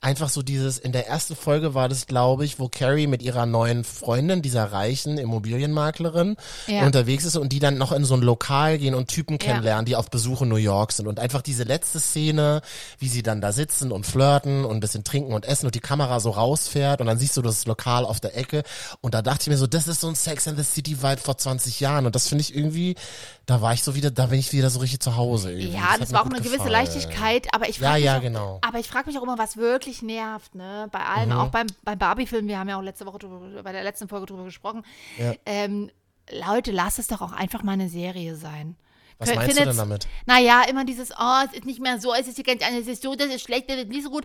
Speaker 2: Einfach so dieses, in der ersten Folge war das, glaube ich, wo Carrie mit ihrer neuen Freundin, dieser reichen Immobilienmaklerin,
Speaker 1: Ja.
Speaker 2: unterwegs ist und die dann noch in so ein Lokal gehen und Typen
Speaker 1: Ja.
Speaker 2: kennenlernen, die auf Besuch in New York sind. Und einfach diese letzte Szene, wie sie dann da sitzen und flirten und ein bisschen trinken und essen und die Kamera so rausfährt und dann siehst du das Lokal auf der Ecke. Und da dachte ich mir so, das ist so ein Sex and the City Vibe vor 20 Jahren. Und das finde ich irgendwie, da war ich so wieder, da bin ich wieder so richtig zu Hause. irgendwie.
Speaker 1: Ja,
Speaker 2: hat
Speaker 1: das
Speaker 2: mir
Speaker 1: war auch
Speaker 2: gut
Speaker 1: eine gewisse
Speaker 2: gefallen.
Speaker 1: Leichtigkeit, aber ich
Speaker 2: Ja,
Speaker 1: frage mich,
Speaker 2: ja,
Speaker 1: auch-
Speaker 2: genau. Mhm.
Speaker 1: aber ich frag mich auch immer, was wirklich nervt, ne? Bei allem, auch beim, beim Barbie-Film, wir haben ja auch letzte Woche drüber, bei der letzten Folge drüber gesprochen. Ähm, Leute, lasst es doch auch einfach mal eine Serie sein.
Speaker 2: Was
Speaker 1: Kön-
Speaker 2: meinst du
Speaker 1: findet's-
Speaker 2: denn damit?
Speaker 1: Naja, immer dieses, oh, es ist nicht mehr so, es ist hier ganz anders, es ist so, das ist schlecht, das ist nicht so gut.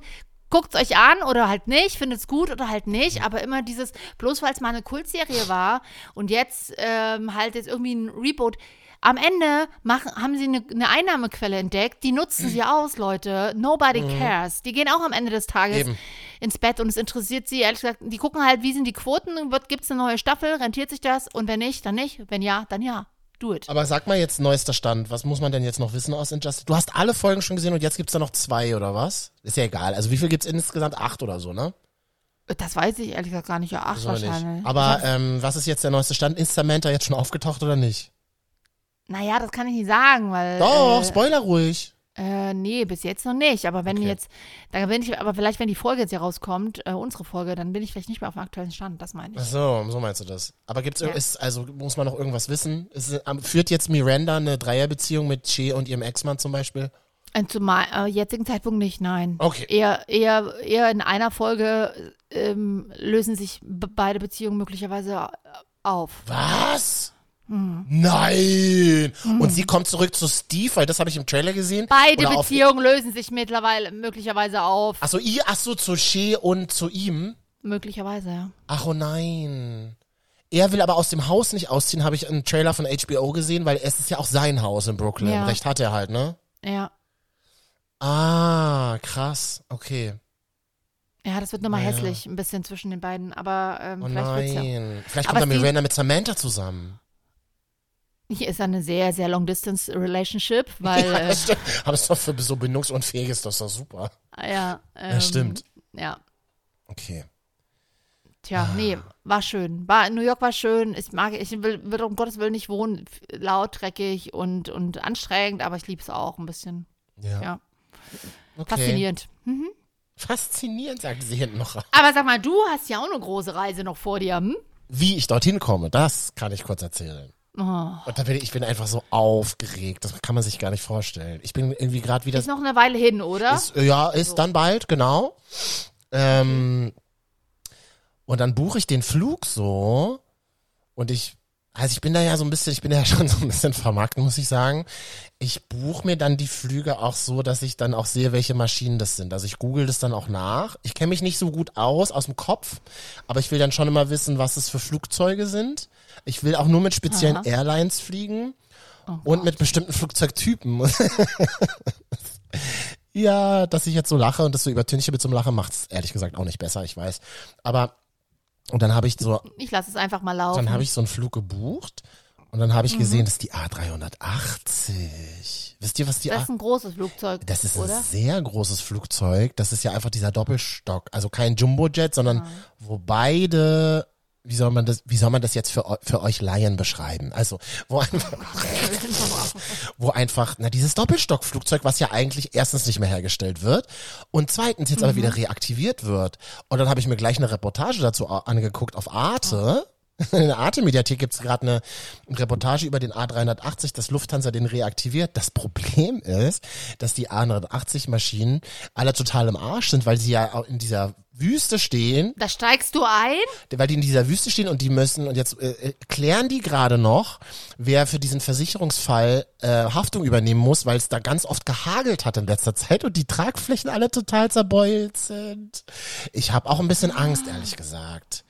Speaker 1: Guckt euch an oder halt nicht, findet es gut oder halt nicht, aber immer dieses, bloß weil es mal eine Kultserie war und jetzt ähm, halt jetzt irgendwie ein Reboot. Am Ende machen, haben sie eine, eine Einnahmequelle entdeckt, die nutzen sie aus, Leute. Nobody cares. Die gehen auch am Ende des Tages
Speaker 2: Eben.
Speaker 1: ins Bett und es interessiert sie, ehrlich gesagt, die gucken halt, wie sind die Quoten, gibt es eine neue Staffel, rentiert sich das und wenn nicht, dann nicht, wenn ja, dann ja. Do it.
Speaker 2: Aber sag mal jetzt neuester Stand. Was muss man denn jetzt noch wissen aus Injustice? Du hast alle Folgen schon gesehen und jetzt gibt's da noch zwei oder was? Ist ja egal. Also wie viel gibt's insgesamt? Acht oder so, ne?
Speaker 1: Das weiß ich ehrlich gesagt gar nicht. Ja, ach,
Speaker 2: Das weiß ich
Speaker 1: wahrscheinlich.
Speaker 2: nicht. Aber ähm, was ist jetzt der neueste Stand? Ist Samantha jetzt schon aufgetaucht oder nicht?
Speaker 1: naja, das kann ich nicht sagen, weil.
Speaker 2: Doch,
Speaker 1: äh,
Speaker 2: Spoiler ruhig.
Speaker 1: äh, nee, bis jetzt noch nicht. Aber wenn
Speaker 2: Okay.
Speaker 1: jetzt, da bin ich, aber vielleicht, wenn die Folge jetzt hier rauskommt, äh, unsere Folge, dann bin ich vielleicht nicht mehr auf dem aktuellen Stand, das meine
Speaker 2: Ach
Speaker 1: ich.
Speaker 2: so, so meinst du das. Aber gibt's
Speaker 1: Ja.
Speaker 2: irg- ist, also muss man noch irgendwas wissen? Ist, es- am- führt jetzt Miranda eine Dreierbeziehung mit Che und ihrem Ex-Mann zum Beispiel?
Speaker 1: Und zum äh, jetzigen Zeitpunkt nicht, nein.
Speaker 2: Okay.
Speaker 1: Eher, eher, eher in einer Folge ähm, lösen sich be- beide Beziehungen möglicherweise äh, auf.
Speaker 2: Was?
Speaker 1: Hm.
Speaker 2: Nein! Und sie kommt zurück zu Steve, weil das habe ich im Trailer gesehen.
Speaker 1: Beide
Speaker 2: Oder auf-
Speaker 1: Beziehungen lösen sich mittlerweile möglicherweise auf.
Speaker 2: Ach so, ihr, ach so, zu Che und zu ihm.
Speaker 1: Möglicherweise, ja.
Speaker 2: Ach oh nein. Er will aber aus dem Haus nicht ausziehen, habe ich im Trailer von HBO gesehen, weil es ist ja auch sein Haus in Brooklyn.
Speaker 1: Ja.
Speaker 2: Recht hat er halt, ne?
Speaker 1: Ja.
Speaker 2: Ah, krass. Okay.
Speaker 1: Ja, das wird nochmal
Speaker 2: Naja.
Speaker 1: hässlich, ein bisschen zwischen den beiden, aber ähm,
Speaker 2: Oh
Speaker 1: vielleicht wird's ja.
Speaker 2: nein. Vielleicht
Speaker 1: Aber
Speaker 2: kommt dann
Speaker 1: sie-
Speaker 2: Miranda mit Samantha zusammen.
Speaker 1: Hier ist eine sehr, sehr Long-Distance-Relationship, weil,
Speaker 2: ja,
Speaker 1: äh,
Speaker 2: das stimmt. Aber es ist doch für so bindungsunfähig ist das doch super.
Speaker 1: ja, ähm,
Speaker 2: Ja, stimmt.
Speaker 1: Ja,
Speaker 2: Okay. Ah.
Speaker 1: tja, nee, war schön. War, New York war schön, ich mag, ich will, will um Gottes Willen nicht wohnen, F- laut, dreckig und, und anstrengend, aber ich liebe es auch ein bisschen,
Speaker 2: Ja.
Speaker 1: ja,
Speaker 2: Okay.
Speaker 1: faszinierend. Mhm.
Speaker 2: Faszinierend, sagte sie hinten noch.
Speaker 1: Aber sag mal, du hast ja auch eine große Reise noch vor dir, hm?
Speaker 2: Wie ich dorthin komme, das kann ich kurz erzählen.
Speaker 1: Oh.
Speaker 2: Und da bin ich, ich bin einfach so aufgeregt. Das kann man sich gar nicht vorstellen. Ich bin irgendwie gerade wieder
Speaker 1: Ist noch eine Weile hin, oder? Also
Speaker 2: Ist, äh, ja, ist dann bald, genau. Ähm, und dann buche ich den Flug so und ich, also ich bin da ja so ein bisschen, ich bin da ja schon so ein bisschen vermarktet, muss ich sagen. Ich buche mir dann die Flüge auch so, dass ich dann auch sehe, welche Maschinen das sind. Also ich google das dann auch nach. Ich kenne mich nicht so gut aus, aus dem Kopf, aber ich will dann schon immer wissen, was es für Flugzeuge sind. Ich will auch nur mit speziellen
Speaker 1: Aha. Oh
Speaker 2: Airlines fliegen und mit bestimmten Flugzeugtypen. ja, dass ich jetzt so lache und das so übertünche mit so einem Lachen, macht's ehrlich gesagt auch nicht besser, ich weiß. Aber, und dann habe ich so,
Speaker 1: ich lasse es einfach mal laufen.
Speaker 2: dann habe ich so einen Flug gebucht und dann habe ich gesehen, das ist die A380. Wisst ihr, was die
Speaker 1: das
Speaker 2: A
Speaker 1: ist ein großes Flugzeug,
Speaker 2: das ist
Speaker 1: oder?
Speaker 2: ein sehr großes Flugzeug. Das ist ja einfach dieser Doppelstock. Also kein Jumbojet, sondern wo beide, wie soll man das, wie soll man das jetzt für, eu- für euch Laien beschreiben? Also, wo einfach, wo einfach, na, dieses Doppelstockflugzeug, was ja eigentlich erstens nicht mehr hergestellt wird und zweitens jetzt aber wieder reaktiviert wird. Und dann habe ich mir gleich eine Reportage dazu a- angeguckt auf Arte. In der Arte-Mediathek gibt es gerade eine Reportage über den A380, dass Lufthansa den reaktiviert. Das Problem ist, dass die A380-Maschinen alle total im Arsch sind, weil sie ja auch in dieser Wüste stehen,
Speaker 1: Da steigst du ein?
Speaker 2: weil die in dieser Wüste stehen und die müssen, und jetzt äh, äh, klären die gerade noch, wer für diesen Versicherungsfall äh, Haftung übernehmen muss, weil es da ganz oft gehagelt hat in letzter Zeit und die Tragflächen alle total zerbeult sind. Ich habe auch ein bisschen Angst, ehrlich gesagt.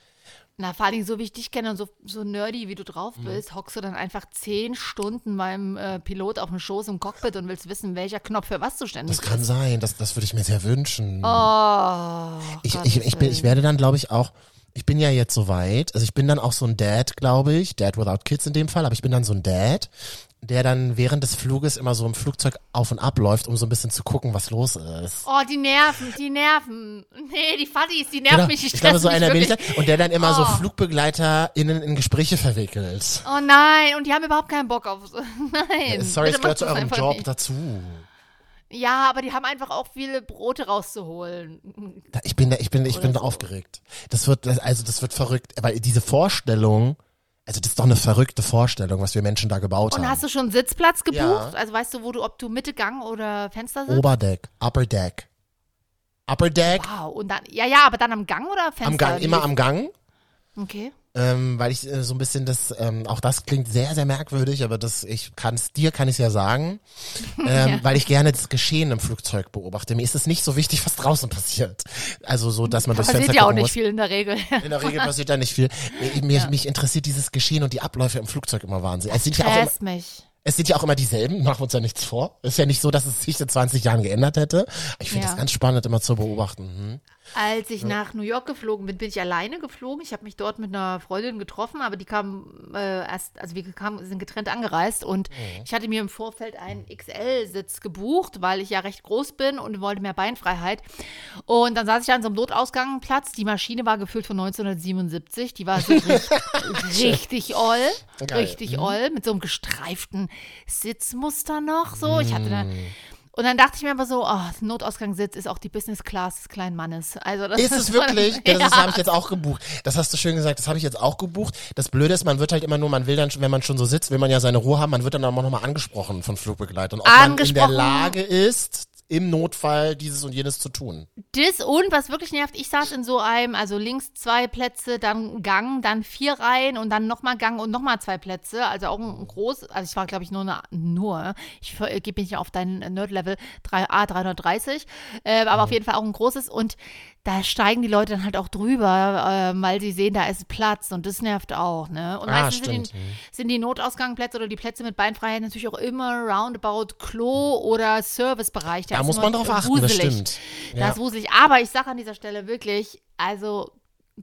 Speaker 1: Na, vor allem so wie ich dich kenne und so, so nerdy wie du drauf
Speaker 2: Mhm.
Speaker 1: bist, hockst du dann einfach zehn Stunden meinem äh, Pilot auf dem Schoß im Cockpit und willst wissen, welcher Knopf für was zuständig
Speaker 2: Das
Speaker 1: ist.
Speaker 2: kann sein, das, das würde ich mir sehr wünschen.
Speaker 1: Oh,
Speaker 2: ich,
Speaker 1: Gottes
Speaker 2: ich, ich, bin, ich
Speaker 1: Willen.
Speaker 2: werde dann, glaube ich, auch, ich bin ja jetzt so weit, also ich bin dann auch so ein Dad, glaube ich, Dad without Kids in dem Fall, aber ich bin dann so ein Dad, der dann während des Fluges immer so im Flugzeug auf und ab läuft, um so ein bisschen zu gucken, was los ist.
Speaker 1: Oh, die Nerven, die Nerven. Nee, die Fatties, die nerven
Speaker 2: Genau.
Speaker 1: mich. Die
Speaker 2: ich glaube, so
Speaker 1: stressen
Speaker 2: einer bin
Speaker 1: mich
Speaker 2: ich dann.
Speaker 1: wirklich.
Speaker 2: Und der dann immer so
Speaker 1: Oh.
Speaker 2: FlugbegleiterInnen in Gespräche verwickelt.
Speaker 1: Oh nein, und die haben überhaupt keinen Bock auf. Nein.
Speaker 2: Äh, Sorry, es
Speaker 1: bitte
Speaker 2: gehört
Speaker 1: macht
Speaker 2: zu
Speaker 1: das
Speaker 2: eurem
Speaker 1: einfach
Speaker 2: Job
Speaker 1: nicht.
Speaker 2: dazu.
Speaker 1: Ja, aber die haben einfach auch viele Brote rauszuholen.
Speaker 2: Da- Ich bin da, ich bin, ich bin da aufgeregt. Das wird, das, also das wird verrückt, weil diese Vorstellung, also das ist doch eine verrückte Vorstellung, was wir Menschen da gebaut
Speaker 1: Und
Speaker 2: haben.
Speaker 1: hast du schon einen Sitzplatz gebucht?
Speaker 2: Ja.
Speaker 1: Also weißt du, wo du, ob du Mitte Gang oder Fenster sitzt?
Speaker 2: Oberdeck, Upper Deck. Upper Deck,
Speaker 1: Wow, und dann, ja, ja, aber dann am Gang oder Fenster?
Speaker 2: am Gang,
Speaker 1: Wie
Speaker 2: immer
Speaker 1: ist-
Speaker 2: am Gang.
Speaker 1: Okay.
Speaker 2: Ähm, weil ich äh, so ein bisschen das, ähm, auch das klingt sehr, sehr merkwürdig, aber das, ich kann es dir, kann ich ja sagen, ähm, weil ich gerne das Geschehen im Flugzeug beobachte. Mir ist es nicht so wichtig, was draußen passiert. Also so, dass man durchs
Speaker 1: Passiert
Speaker 2: Fenster
Speaker 1: ja auch
Speaker 2: gucken
Speaker 1: nicht
Speaker 2: muss.
Speaker 1: viel in der Regel.
Speaker 2: In der Regel passiert da nicht viel. Mir- Mir, Mich interessiert dieses Geschehen und die Abläufe im Flugzeug immer wahnsinnig. Es sind, ja auch immer,
Speaker 1: Stress mich.
Speaker 2: es sind ja auch immer dieselben, machen wir uns ja nichts vor. Ist ja nicht so, dass es sich in 20 Jahren geändert hätte. Ich finde
Speaker 1: Ja.
Speaker 2: das ganz spannend, immer zu beobachten. Mhm.
Speaker 1: Als ich nach New York geflogen bin, bin ich alleine geflogen. Ich habe mich dort mit einer Freundin getroffen, aber die kam äh, erst, also wir kamen, sind getrennt angereist und
Speaker 2: Mhm.
Speaker 1: ich hatte mir im Vorfeld einen XL-Sitz gebucht, weil ich ja recht groß bin und wollte mehr Beinfreiheit. Und dann saß ich an so einem Notausgangplatz. Die Maschine war gefüllt von 1977. Die war so richtig, richtig oll,
Speaker 2: Geil. Mhm.
Speaker 1: richtig oll, mit so einem gestreiften Sitzmuster noch. So, ich hatte da.
Speaker 2: Mhm.
Speaker 1: Und dann dachte ich mir aber so, oh, Notausgangssitz ist auch die Business Class des kleinen Mannes. Also das
Speaker 2: Ist es wirklich? Das
Speaker 1: ja.
Speaker 2: ist- habe ich jetzt auch gebucht. Das hast du schön gesagt, das habe ich jetzt auch gebucht. Das Blöde ist, man wird halt immer nur, man will dann, schon- wenn man schon so sitzt, will man ja seine Ruhe haben, man wird dann auch nochmal angesprochen von Flugbegleitern, ob man in der
Speaker 1: Angesprochen.
Speaker 2: Lage ist, im Notfall dieses und jenes zu tun.
Speaker 1: das und was wirklich nervt, ich saß in so einem, also links zwei Plätze, dann Gang, dann vier Reihen und dann nochmal Gang und nochmal zwei Plätze. Also auch ein groß, also ich war glaube ich nur, eine, nur, ich ver- äh, gebe mich nicht auf dein Nerd-Level 3A330, äh, aber
Speaker 2: Mhm.
Speaker 1: auf jeden Fall auch ein großes und da steigen die Leute dann halt auch drüber, äh, weil sie sehen, da ist Platz und das nervt auch, ne? Und
Speaker 2: Ah,
Speaker 1: meistens sind die,
Speaker 2: stimmt. Mhm.
Speaker 1: sind die Notausgangplätze oder die Plätze mit Beinfreiheit natürlich auch immer roundabout Klo oder Servicebereich.
Speaker 2: Da
Speaker 1: ist
Speaker 2: muss
Speaker 1: immer
Speaker 2: man drauf achten, das
Speaker 1: wuselig.
Speaker 2: stimmt.
Speaker 1: Da
Speaker 2: Ja.
Speaker 1: ist wuselig. Aber ich sage an dieser Stelle wirklich, also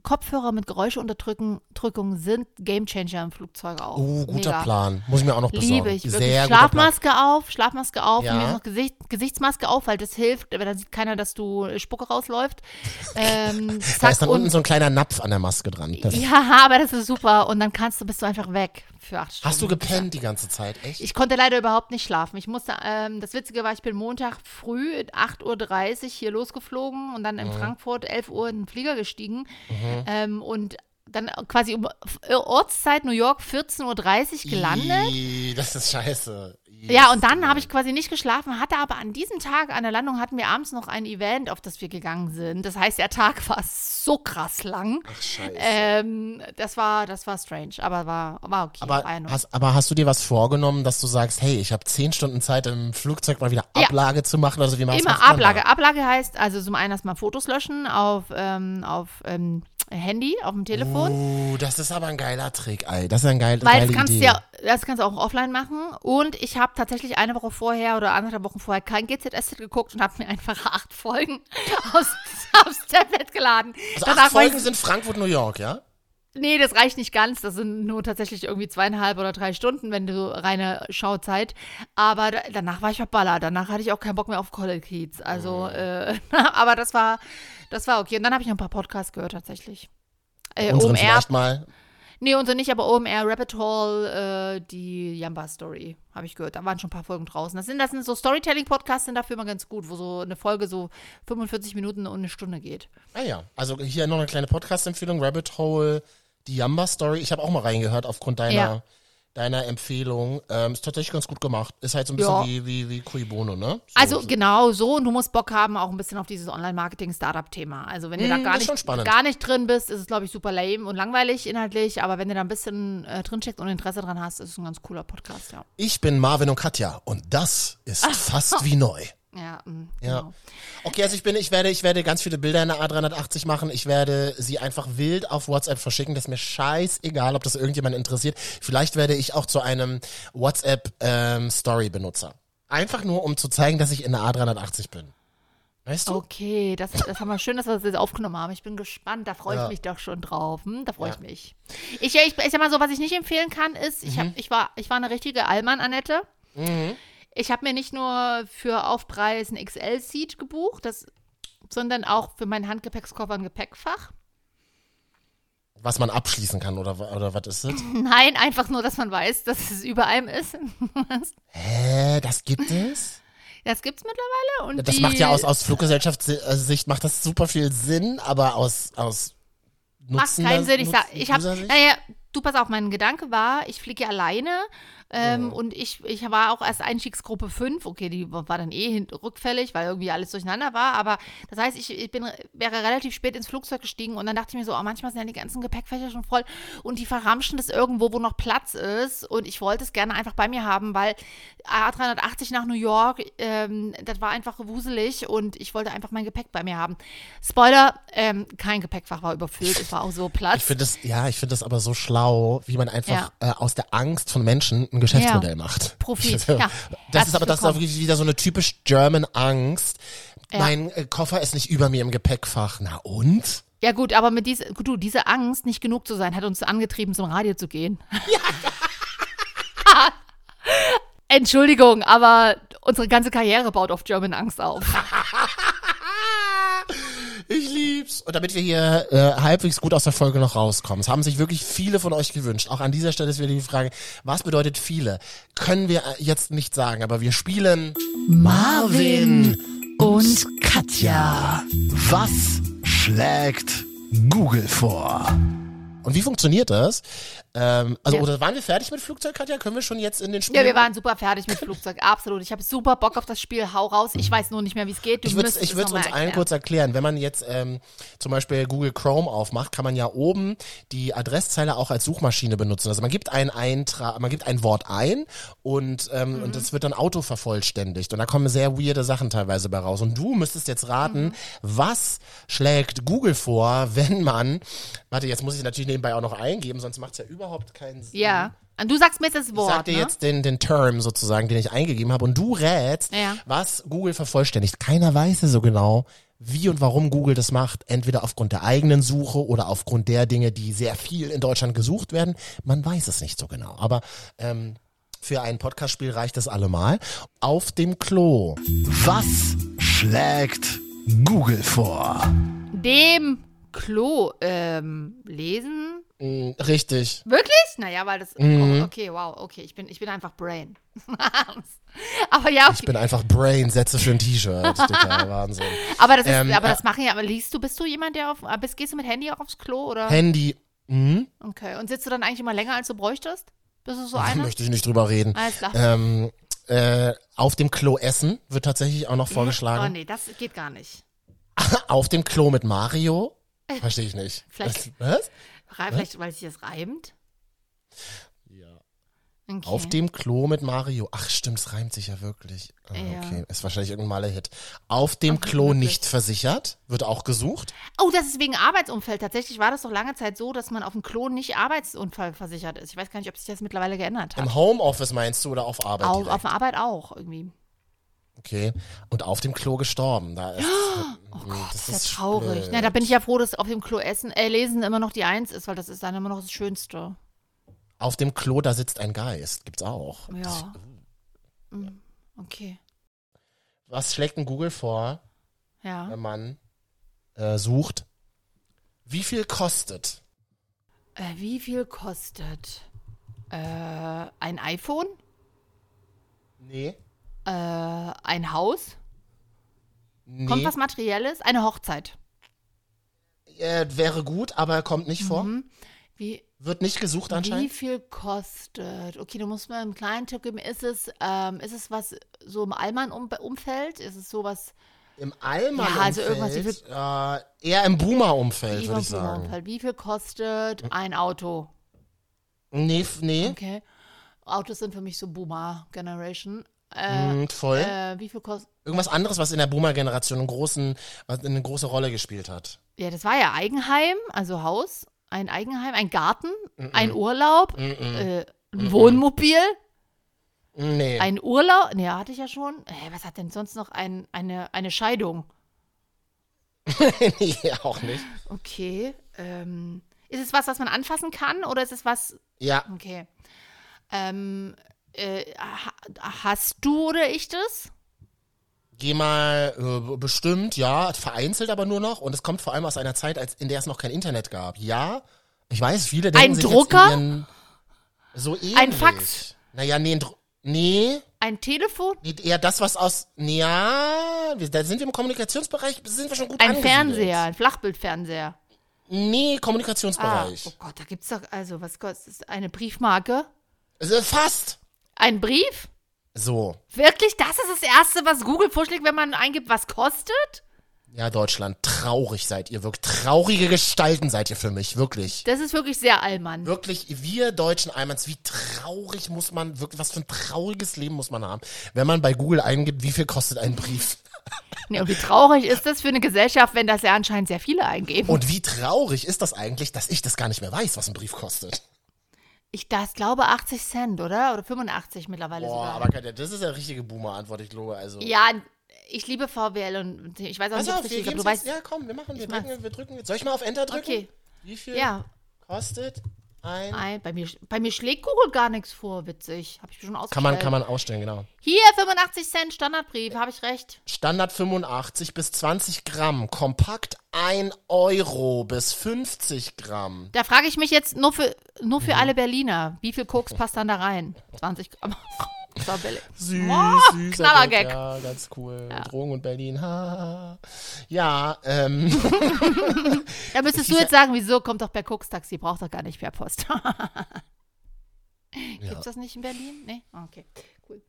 Speaker 1: Kopfhörer mit Geräuscheunterdrückung Drückung sind Gamechanger im Flugzeug auch.
Speaker 2: Oh, guter
Speaker 1: Mega.
Speaker 2: Plan. Muss ich mir auch noch besorgen.
Speaker 1: Liebe ich wirklich.
Speaker 2: Sehr guter Plan.
Speaker 1: Schlafmaske auf, Schlafmaske auf,
Speaker 2: Ja.
Speaker 1: und mir ist noch Gesicht, Gesichtsmaske auf, weil das hilft, weil dann sieht keiner, dass du Spucke rausläuft. Ähm,
Speaker 2: Da
Speaker 1: zack,
Speaker 2: ist dann
Speaker 1: und,
Speaker 2: unten so ein kleiner Napf an der Maske dran. Das
Speaker 1: ja, aber das ist super. Und dann kannst du, bist du einfach weg für acht Stunden.
Speaker 2: Hast du gepennt die ganze Zeit, echt?
Speaker 1: Ich konnte leider überhaupt nicht schlafen. Ich musste, ähm, das Witzige war, ich bin Montag früh 8.30 Uhr hier losgeflogen und
Speaker 2: Mhm.
Speaker 1: dann in Frankfurt 11 Uhr in den Flieger gestiegen. Ähm, und dann quasi um Ortszeit New York 14.30 Uhr gelandet.
Speaker 2: Ih, Das ist scheiße. Ih,
Speaker 1: Ja,
Speaker 2: das
Speaker 1: und
Speaker 2: ist
Speaker 1: dann habe
Speaker 2: gemein.
Speaker 1: ich quasi nicht geschlafen, hatte aber an diesem Tag an der Landung hatten wir abends noch ein Event, auf das wir gegangen sind. Das heißt, der Tag war so krass lang.
Speaker 2: Ach, scheiße.
Speaker 1: Ähm, das war, das war strange, aber war, war okay. War
Speaker 2: Aber
Speaker 1: in Ordnung.
Speaker 2: hast, aber hast du dir was vorgenommen, dass du sagst, hey, ich habe zehn Stunden Zeit, im Flugzeug mal wieder
Speaker 1: Ja.
Speaker 2: Ablage zu machen? Also wie machst
Speaker 1: Immer Ablage. Ablage heißt also zum einen erstmal Fotos löschen auf, ähm, auf ähm, Handy, auf dem Telefon.
Speaker 2: Uh, das ist aber ein geiler Trick, ey. Das ist ein geil,
Speaker 1: Weil
Speaker 2: geile
Speaker 1: das kannst du
Speaker 2: Idee.
Speaker 1: ja, das kannst du auch offline machen. Und ich habe tatsächlich eine Woche vorher oder anderthalb Wochen vorher kein GZSZ geguckt und habe mir einfach acht Folgen aus, aufs Tablet geladen.
Speaker 2: also
Speaker 1: Danach
Speaker 2: acht
Speaker 1: war ich
Speaker 2: Folgen sind Frankfurt, New York, ja?
Speaker 1: Nee, das reicht nicht ganz. Das sind nur tatsächlich irgendwie zweieinhalb oder drei Stunden, wenn du reine Schauzeit. Aber da, danach war ich verballert. Danach hatte ich auch keinen Bock mehr auf Colin Keats. Also, äh, aber das war, das war okay. Und dann habe ich noch ein paar Podcasts gehört tatsächlich. Äh,
Speaker 2: Unseren
Speaker 1: OMR,
Speaker 2: vielleicht mal.
Speaker 1: nee, unsere nicht, aber OMR Rabbit Hole, äh, die Jamba Story habe ich gehört. Da waren schon ein paar Folgen draußen. Das sind, das sind so Storytelling-Podcasts, sind dafür immer ganz gut, wo so eine Folge so 45 Minuten und eine Stunde geht.
Speaker 2: Ah ja, also hier noch eine kleine Podcast-Empfehlung, Rabbit Hole, die Jamba-Story, ich habe auch mal reingehört aufgrund deiner,
Speaker 1: Ja.
Speaker 2: deiner Empfehlung. Ähm, ist tatsächlich ganz gut gemacht. Ist halt so ein bisschen
Speaker 1: Ja.
Speaker 2: wie, wie, wie Cui Bono, ne? So,
Speaker 1: Also
Speaker 2: so.
Speaker 1: genau so und du musst Bock haben auch ein bisschen auf dieses Online-Marketing-Startup-Thema. Also wenn du da
Speaker 2: Mm,
Speaker 1: gar
Speaker 2: das ist schon
Speaker 1: nicht,
Speaker 2: spannend.
Speaker 1: gar nicht drin bist, ist es glaube ich super lame und langweilig inhaltlich, aber wenn du da ein bisschen äh, drin steckst und Interesse dran hast, ist es ein ganz cooler Podcast, ja.
Speaker 2: Ich bin Marvin und Katja und das ist fast wie neu.
Speaker 1: Ja, mm,
Speaker 2: Ja.
Speaker 1: Genau.
Speaker 2: Okay, also ich bin, ich werde, ich werde ganz viele Bilder in der A380 machen. Ich werde sie einfach wild auf WhatsApp verschicken. Das ist mir scheißegal, ob das irgendjemand interessiert. Vielleicht werde ich auch zu einem WhatsApp ähm, Story Benutzer. Einfach nur, um zu zeigen, dass ich in der A380 bin. Weißt du?
Speaker 1: Okay, das, das haben wir schön, dass wir das jetzt aufgenommen haben. Ich bin gespannt, da freue
Speaker 2: Ja.
Speaker 1: ich mich doch schon drauf. Hm? Da freue
Speaker 2: Ja.
Speaker 1: ich mich. Ich, ich, ich sag mal so, was ich nicht empfehlen kann, ist, ich,
Speaker 2: Mhm.
Speaker 1: hab, ich, war, ich war eine richtige Allmann-Annette. Ich habe mir nicht nur für Aufpreis ein XL-Seat gebucht, das, sondern auch für meinen Handgepäckskoffer ein Gepäckfach.
Speaker 2: Was man abschließen kann oder, wa- oder was ist das?
Speaker 1: Nein, einfach nur, dass man weiß, dass es über einem ist.
Speaker 2: Hä, das gibt es?
Speaker 1: Das gibt's mittlerweile. Und
Speaker 2: Das
Speaker 1: die,
Speaker 2: macht ja aus, aus Fluggesellschaftssicht macht das super viel Sinn, aber aus, aus
Speaker 1: Macht
Speaker 2: Nutzen.
Speaker 1: keinen Sinn. Ich,
Speaker 2: Nutzen-
Speaker 1: sag, ich habe,
Speaker 2: Nutzersicht?
Speaker 1: naja, du pass auf, mein Gedanke war, ich fliege ja alleine ähm, und ich, ich war auch erst Einstiegsgruppe 5. Okay, die war dann eh hin, rückfällig, weil irgendwie alles durcheinander war. Aber das heißt, ich, ich bin, wäre relativ spät ins Flugzeug gestiegen und dann dachte ich mir so, oh, manchmal sind ja die ganzen Gepäckfächer schon voll und die verramschen das irgendwo, wo noch Platz ist. Und ich wollte es gerne einfach bei mir haben, weil A380 nach New York, ähm, das war einfach wuselig und ich wollte einfach mein Gepäck bei mir haben. Spoiler, ähm, kein Gepäckfach war überfüllt, es war auch so Platz.
Speaker 2: Ich finde das, ja, ich finde das aber so schlau, wie man einfach äh, aus der Angst von Menschen ein Geschäftsmodell
Speaker 1: Ja.
Speaker 2: macht.
Speaker 1: Profit, ja.
Speaker 2: Das ist
Speaker 1: Herzlich
Speaker 2: aber das ist auch wirklich wieder so eine typisch German Angst. Mein äh, Koffer ist nicht über mir im Gepäckfach. Na und?
Speaker 1: Ja gut, aber mit dieser, gut, du, diese Angst, nicht genug zu sein, hat uns angetrieben, zum Radio zu gehen. Entschuldigung, aber unsere ganze Karriere baut auf German Angst auf.
Speaker 2: Ich lieb's. Und damit wir hier äh, halbwegs gut aus der Folge noch rauskommen, es haben sich wirklich viele von euch gewünscht. Auch an dieser Stelle ist wieder die Frage, was bedeutet viele? Können wir äh, jetzt nicht sagen, aber wir spielen.
Speaker 3: Marvin und Katja. Was schlägt Google vor?
Speaker 2: Und wie funktioniert das? Ähm, also,
Speaker 1: Ja.
Speaker 2: oder waren wir fertig mit Flugzeug, Katja? Können wir schon jetzt in den Spiel?
Speaker 1: Ja, wir waren super fertig mit Flugzeug, absolut. Ich habe super Bock auf das Spiel, hau raus. Ich weiß nur nicht mehr, wie es geht. Du
Speaker 2: Ich würde
Speaker 1: müsstest
Speaker 2: ich
Speaker 1: es
Speaker 2: würd's
Speaker 1: noch mal
Speaker 2: uns allen
Speaker 1: erklären.
Speaker 2: kurz erklären. Wenn man jetzt ähm, zum Beispiel Google Chrome aufmacht, kann man ja oben die Adresszeile auch als Suchmaschine benutzen. Also man gibt ein Eintra man gibt ein Wort ein und ähm,
Speaker 1: Mhm.
Speaker 2: und es wird dann autovervollständigt. Und da kommen sehr weirde Sachen teilweise bei raus. Und du müsstest jetzt raten,
Speaker 1: Mhm.
Speaker 2: was schlägt Google vor, wenn man Warte, jetzt muss ich natürlich nebenbei auch noch eingeben, sonst macht's ja überhaupt keinen Sinn.
Speaker 1: Ja, und du sagst mir jetzt das
Speaker 2: Ich
Speaker 1: Wort,
Speaker 2: sag dir
Speaker 1: ne?
Speaker 2: jetzt den, den Term sozusagen, den ich eingegeben habe, und du rätst,
Speaker 1: Ja.
Speaker 2: was Google vervollständigt. Keiner weiß ja so genau, wie und warum Google das macht. Entweder aufgrund der eigenen Suche oder aufgrund der Dinge, die sehr viel in Deutschland gesucht werden. Man weiß es nicht so genau. Aber ähm, für ein Podcast-Spiel reicht das allemal. Auf dem Klo.
Speaker 3: Was schlägt Google vor?
Speaker 1: Dem Klo ähm, lesen.
Speaker 2: Mm, Richtig.
Speaker 1: Wirklich? Naja, weil das.
Speaker 2: Mhm.
Speaker 1: Oh, okay, wow, okay. Ich bin, ich bin einfach Brain. aber ja,
Speaker 2: Ich
Speaker 1: okay.
Speaker 2: bin einfach Brain, Sätze für ein T-Shirt. Dicker, Wahnsinn.
Speaker 1: aber das ist,
Speaker 2: ähm,
Speaker 1: aber
Speaker 2: äh,
Speaker 1: das machen ja, aber liest du, bist du jemand, der auf. ah, Bist, gehst du mit Handy auch aufs Klo oder?
Speaker 2: Handy. Hm?
Speaker 1: Okay. Und sitzt du dann eigentlich immer länger, als du bräuchtest? Bist du so
Speaker 2: Da
Speaker 1: einer?
Speaker 2: möchte ich nicht drüber reden.
Speaker 1: Alles klar. Oh,
Speaker 2: Ähm, äh, auf dem Klo essen wird tatsächlich auch noch
Speaker 1: Oh
Speaker 2: vorgeschlagen.
Speaker 1: nee, das geht gar nicht.
Speaker 2: Auf dem Klo mit Mario? Verstehe ich nicht.
Speaker 1: Äh. Vielleicht-
Speaker 2: Das, was?
Speaker 1: Rei- Vielleicht, weil sich das reimt?
Speaker 2: Ja.
Speaker 1: Okay.
Speaker 2: Auf dem Klo mit Mario. Ach stimmt, es reimt sich ja wirklich. Ah,
Speaker 1: Ja.
Speaker 2: Okay, ist wahrscheinlich irgendein maler Hit. Auf dem
Speaker 1: Auf dem
Speaker 2: Klo
Speaker 1: Klo.
Speaker 2: nicht versichert wird auch gesucht.
Speaker 1: Oh, das ist wegen Arbeitsumfeld. Tatsächlich war das doch lange Zeit so, dass man auf dem Klo nicht Arbeitsunfall versichert ist. Ich weiß gar nicht, ob sich das mittlerweile geändert hat.
Speaker 2: Im Homeoffice meinst du oder auf Arbeit?
Speaker 1: Auch,
Speaker 2: direkt?
Speaker 1: auf der Arbeit auch irgendwie.
Speaker 2: okay. Und auf dem Klo gestorben. Da ist,
Speaker 1: Oh Gott,
Speaker 2: das
Speaker 1: das ist
Speaker 2: ist
Speaker 1: ja traurig.
Speaker 2: blöd.
Speaker 1: Na, da bin ich ja froh, dass auf dem Klo essen, äh, lesen immer noch die Eins ist, weil das ist dann immer noch das Schönste.
Speaker 2: Auf dem Klo, da sitzt ein Geist. Gibt's auch.
Speaker 1: Ja. Mm, Okay.
Speaker 2: Was schlägt denn Google vor?
Speaker 1: Ja.
Speaker 2: wenn man äh, sucht. Wie viel kostet?
Speaker 1: Äh, wie viel kostet äh, ein iPhone?
Speaker 2: Nee.
Speaker 1: Äh, ein Haus?
Speaker 2: Nee.
Speaker 1: Kommt was Materielles? Eine Hochzeit?
Speaker 2: äh, wäre gut, aber kommt nicht vor.
Speaker 1: Wie,
Speaker 2: Wird nicht gesucht
Speaker 1: Mhm. wie
Speaker 2: anscheinend?
Speaker 1: viel kostet? Okay, du musst mir einen kleinen Tipp geben. Ist es, ähm, ist es was so im Allmann-Umfeld? Ist es sowas
Speaker 2: Im Allmann
Speaker 1: Ja, also irgendwas, wie
Speaker 2: Umfeld, äh, eher im Boomer-Umfeld,
Speaker 1: wie
Speaker 2: würde ich
Speaker 1: beim
Speaker 2: sagen. Hm.
Speaker 1: Umfeld? Wie viel kostet ein Auto?
Speaker 2: Nee, f- nee,
Speaker 1: Okay. Autos sind für mich so Boomer-Generation. Äh,
Speaker 2: mm, voll.
Speaker 1: äh, wie viel kostet.
Speaker 2: Irgendwas anderes, was in der Boomer-Generation einen großen, was eine große Rolle gespielt hat.
Speaker 1: Ja, das war ja Eigenheim, also Haus, ein Eigenheim, ein Garten, ein
Speaker 2: Mhm.
Speaker 1: Urlaub, äh, ein Wohnmobil,
Speaker 2: Nee.
Speaker 1: ein Urlaub. Ne, hatte ich ja schon. Hä, was hat denn sonst noch ein, eine, eine Scheidung?
Speaker 2: nee, auch nicht.
Speaker 1: Okay. Ähm, ist es was, was man anfassen kann oder ist es was.
Speaker 2: Ja,
Speaker 1: Okay. Ähm, äh, ha hast du oder ich das?
Speaker 2: geh mal äh, bestimmt, ja, vereinzelt aber nur noch. Und es kommt vor allem aus einer Zeit, als, in der es noch kein Internet gab. Ja, ich weiß, viele denken
Speaker 1: Ein
Speaker 2: sich
Speaker 1: Drucker?
Speaker 2: Jetzt in ihren, so ähnlich.
Speaker 1: Fax?
Speaker 2: Naja, nee, ein Dru- nee,
Speaker 1: Ein Telefon?
Speaker 2: nee, eher das, was aus, nee, ja, wir, da sind wir im Kommunikationsbereich, sind wir schon gut
Speaker 1: Ein
Speaker 2: angesiedelt.
Speaker 1: Fernseher, ein Flachbildfernseher.
Speaker 2: Nee,
Speaker 1: Ah,
Speaker 2: Kommunikationsbereich.
Speaker 1: oh Gott, da gibt's doch, also, was kostet das? Eine Briefmarke?
Speaker 2: Also Fast.
Speaker 1: Ein Brief?
Speaker 2: So.
Speaker 1: Wirklich? Das ist das Erste, was Google vorschlägt, wenn man eingibt, was kostet?
Speaker 2: Ja, Deutschland, traurig seid ihr wirklich. Traurige Gestalten seid ihr für mich, wirklich.
Speaker 1: Das ist wirklich sehr allmann.
Speaker 2: Wirklich, wir deutschen Almans, wie traurig muss man, wirklich, was für ein trauriges Leben muss man haben, wenn man bei Google eingibt, wie viel kostet ein Brief?
Speaker 1: Nee, und wie traurig ist das für eine Gesellschaft, wenn das ja anscheinend sehr viele eingeben?
Speaker 2: Und wie traurig ist das eigentlich, dass ich das gar nicht mehr weiß, was ein Brief kostet?
Speaker 1: Ich das glaube 80 Cent, oder? Oder 85 mittlerweile
Speaker 2: Boah,
Speaker 1: sogar.
Speaker 2: aber Katja, das ist ja richtige Boomer-Antwort, ich glaube, also.
Speaker 1: ja, ich liebe VWL und ich weiß auch
Speaker 2: Pass
Speaker 1: nicht, ob
Speaker 2: auf,
Speaker 1: es
Speaker 2: wir
Speaker 1: richtig ist,
Speaker 2: geben
Speaker 1: aber du weißt.
Speaker 2: Ja, komm, wir machen, wir
Speaker 1: mach's.
Speaker 2: drücken, wir drücken. Soll ich mal auf Enter drücken?
Speaker 1: Okay.
Speaker 2: Wie viel
Speaker 1: Ja,
Speaker 2: kostet ein...
Speaker 1: ein, bei, mir, bei mir schlägt Google gar nichts vor, witzig. Habe ich schon ausgestellt.
Speaker 2: Kann man, kann man ausstellen, genau.
Speaker 1: Hier, 85 Cent Standardbrief, habe ich recht.
Speaker 2: Standard 85 bis 20 Gramm, kompakt 1 Euro bis 50 Gramm.
Speaker 1: Da frage ich mich jetzt nur für, nur
Speaker 2: Mhm.
Speaker 1: für alle Berliner, wie viel Koks passt dann da rein? 20 Gramm. Das war billig.
Speaker 2: Süß,
Speaker 1: Wow,
Speaker 2: süßer
Speaker 1: Ah, Knallergag.
Speaker 2: Gag, Ja, ganz cool. Drogen und Berlin. Ha. ha, ha. Ja, ähm,
Speaker 1: Da müsstest du jetzt sagen, wieso kommt doch per Koks-Taxi, braucht doch gar nicht per Post. Gibt's das nicht in Berlin? Nee? Ah, Okay, cool.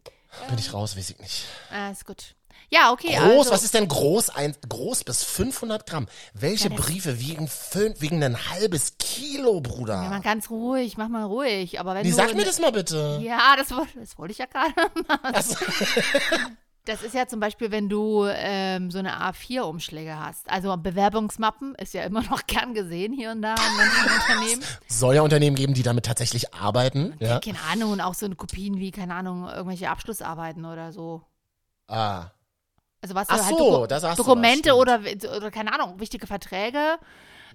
Speaker 2: bin ich raus, weiß ich nicht.
Speaker 1: Äh, ist gut. Ja, okay.
Speaker 2: Groß,
Speaker 1: also,
Speaker 2: was ist denn groß? Ein, groß bis 500 Gramm. Welche Briefe wiegen, fün- wiegen ein halbes Kilo,
Speaker 1: Ja,
Speaker 2: Bruder?
Speaker 1: mal ganz ruhig, mach mal ruhig. Aber wenn
Speaker 2: Nee,
Speaker 1: du
Speaker 2: sag mir das mal bitte.
Speaker 1: Ja, das, woll- das wollte ich ja gerade. Das ist ja zum Beispiel, wenn du ähm, so eine A4-Umschläge hast. Also Bewerbungsmappen ist ja immer noch gern gesehen hier und da in manchen Unternehmen.
Speaker 2: Soll ja Unternehmen geben, die damit tatsächlich arbeiten. Ja.
Speaker 1: Keine Ahnung, und auch so eine Kopien wie, keine Ahnung, irgendwelche Abschlussarbeiten oder so.
Speaker 2: Ah.
Speaker 1: Also was
Speaker 2: Ach
Speaker 1: du halt
Speaker 2: so,
Speaker 1: Doku-
Speaker 2: da sagst du was,
Speaker 1: Dokumente
Speaker 2: stimmt.
Speaker 1: oder, oder keine Ahnung, wichtige Verträge.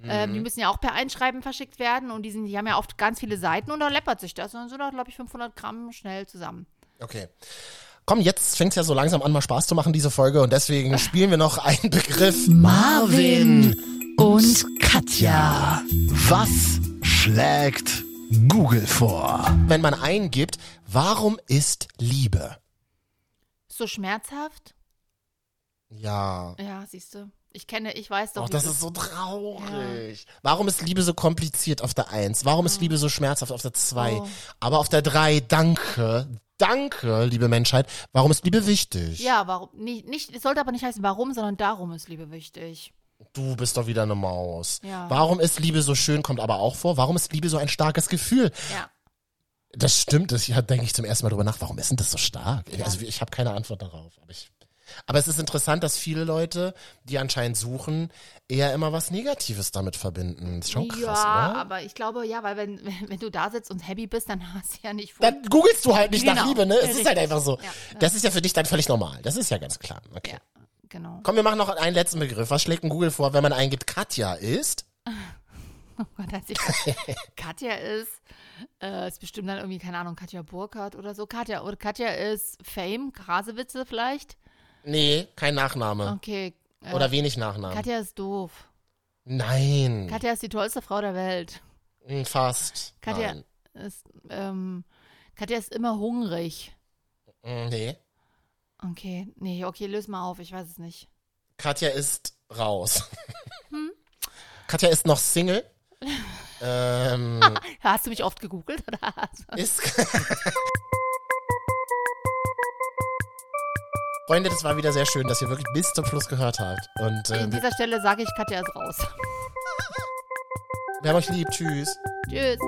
Speaker 1: Ähm, die
Speaker 2: Mhm.
Speaker 1: müssen ja auch per Einschreiben verschickt werden und die, sind, die haben ja oft ganz viele Seiten und da läppert sich das und dann sind da, glaube ich, 500 Gramm schnell zusammen.
Speaker 2: Okay. Komm, jetzt fängt es ja so langsam an, mal Spaß zu machen, diese Folge. Und
Speaker 3: Äh.
Speaker 2: deswegen spielen wir noch einen Begriff.
Speaker 3: Marvin und Katja. Was schlägt Google vor?
Speaker 2: Wenn man eingibt, warum ist Liebe?
Speaker 1: Ist So schmerzhaft.
Speaker 2: Ja.
Speaker 1: Ja, siehst du. Ich kenne, ich weiß doch.
Speaker 2: Doch,
Speaker 1: wie
Speaker 2: das
Speaker 1: du-
Speaker 2: ist so traurig. Warum ist Liebe so kompliziert auf der Eins? Warum ist Liebe so schmerzhaft auf der Zwei?
Speaker 1: Oh.
Speaker 2: Aber auf der Drei, danke. Danke, liebe Menschheit. Warum ist Liebe wichtig?
Speaker 1: Ja, warum? Nicht, nicht, es sollte aber nicht heißen, warum, sondern darum ist Liebe wichtig.
Speaker 2: Du bist doch wieder eine Maus.
Speaker 1: Ja.
Speaker 2: Warum ist Liebe so schön, kommt aber auch vor. Warum ist Liebe so ein starkes Gefühl?
Speaker 1: Ja.
Speaker 2: Das stimmt, das, ja, denke ich zum ersten Mal drüber nach. Warum ist denn das so stark? Also ich habe keine Antwort darauf. Aber, ich, aber es ist interessant, dass viele Leute, die anscheinend suchen, eher immer was Negatives damit verbinden. Ist schon krass,
Speaker 1: ja,
Speaker 2: oder?
Speaker 1: aber ich glaube, ja, weil wenn, wenn, wenn du da sitzt und happy bist, dann hast du ja nicht vor.
Speaker 2: Dann googelst du halt nicht nach
Speaker 1: Genau.
Speaker 2: Liebe, ne? Es
Speaker 1: Richtig.
Speaker 2: ist halt einfach so.
Speaker 1: Ja, ja.
Speaker 2: Das ist ja für dich dann völlig normal. Das ist ja ganz klar. Okay.
Speaker 1: Ja, genau.
Speaker 2: Komm, wir machen noch einen letzten Begriff. Was schlägt denn Google vor, wenn man eingibt, Katja ist?
Speaker 1: Oh Gott, als ich Katja ist, äh, ist bestimmt dann irgendwie, keine Ahnung, Katja Burkhardt oder so. Katja, oder Katja ist Fame, Grasewitze vielleicht.
Speaker 2: Nee, kein Nachname.
Speaker 1: Okay. Äh,
Speaker 2: Oder wenig Nachnamen.
Speaker 1: Katja ist doof.
Speaker 2: Nein.
Speaker 1: Katja ist die tollste Frau der Welt.
Speaker 2: Hm, Fast.
Speaker 1: Katja
Speaker 2: Nein.
Speaker 1: ist, ähm, Katja ist immer hungrig.
Speaker 2: Hm, Nee.
Speaker 1: Okay, nee, okay, löse mal auf, ich weiß es nicht. Hm?
Speaker 2: Katja ist raus. Katja ist noch Single. Ähm,
Speaker 1: Hast du mich oft gegoogelt? Oder?
Speaker 2: ist. Freunde, das war wieder sehr schön, dass ihr wirklich bis zum Schluss gehört habt. Und äh,
Speaker 1: An dieser Stelle sage ich, Katja ist raus.
Speaker 2: wir haben euch lieb. Tschüss.
Speaker 1: Tschüss.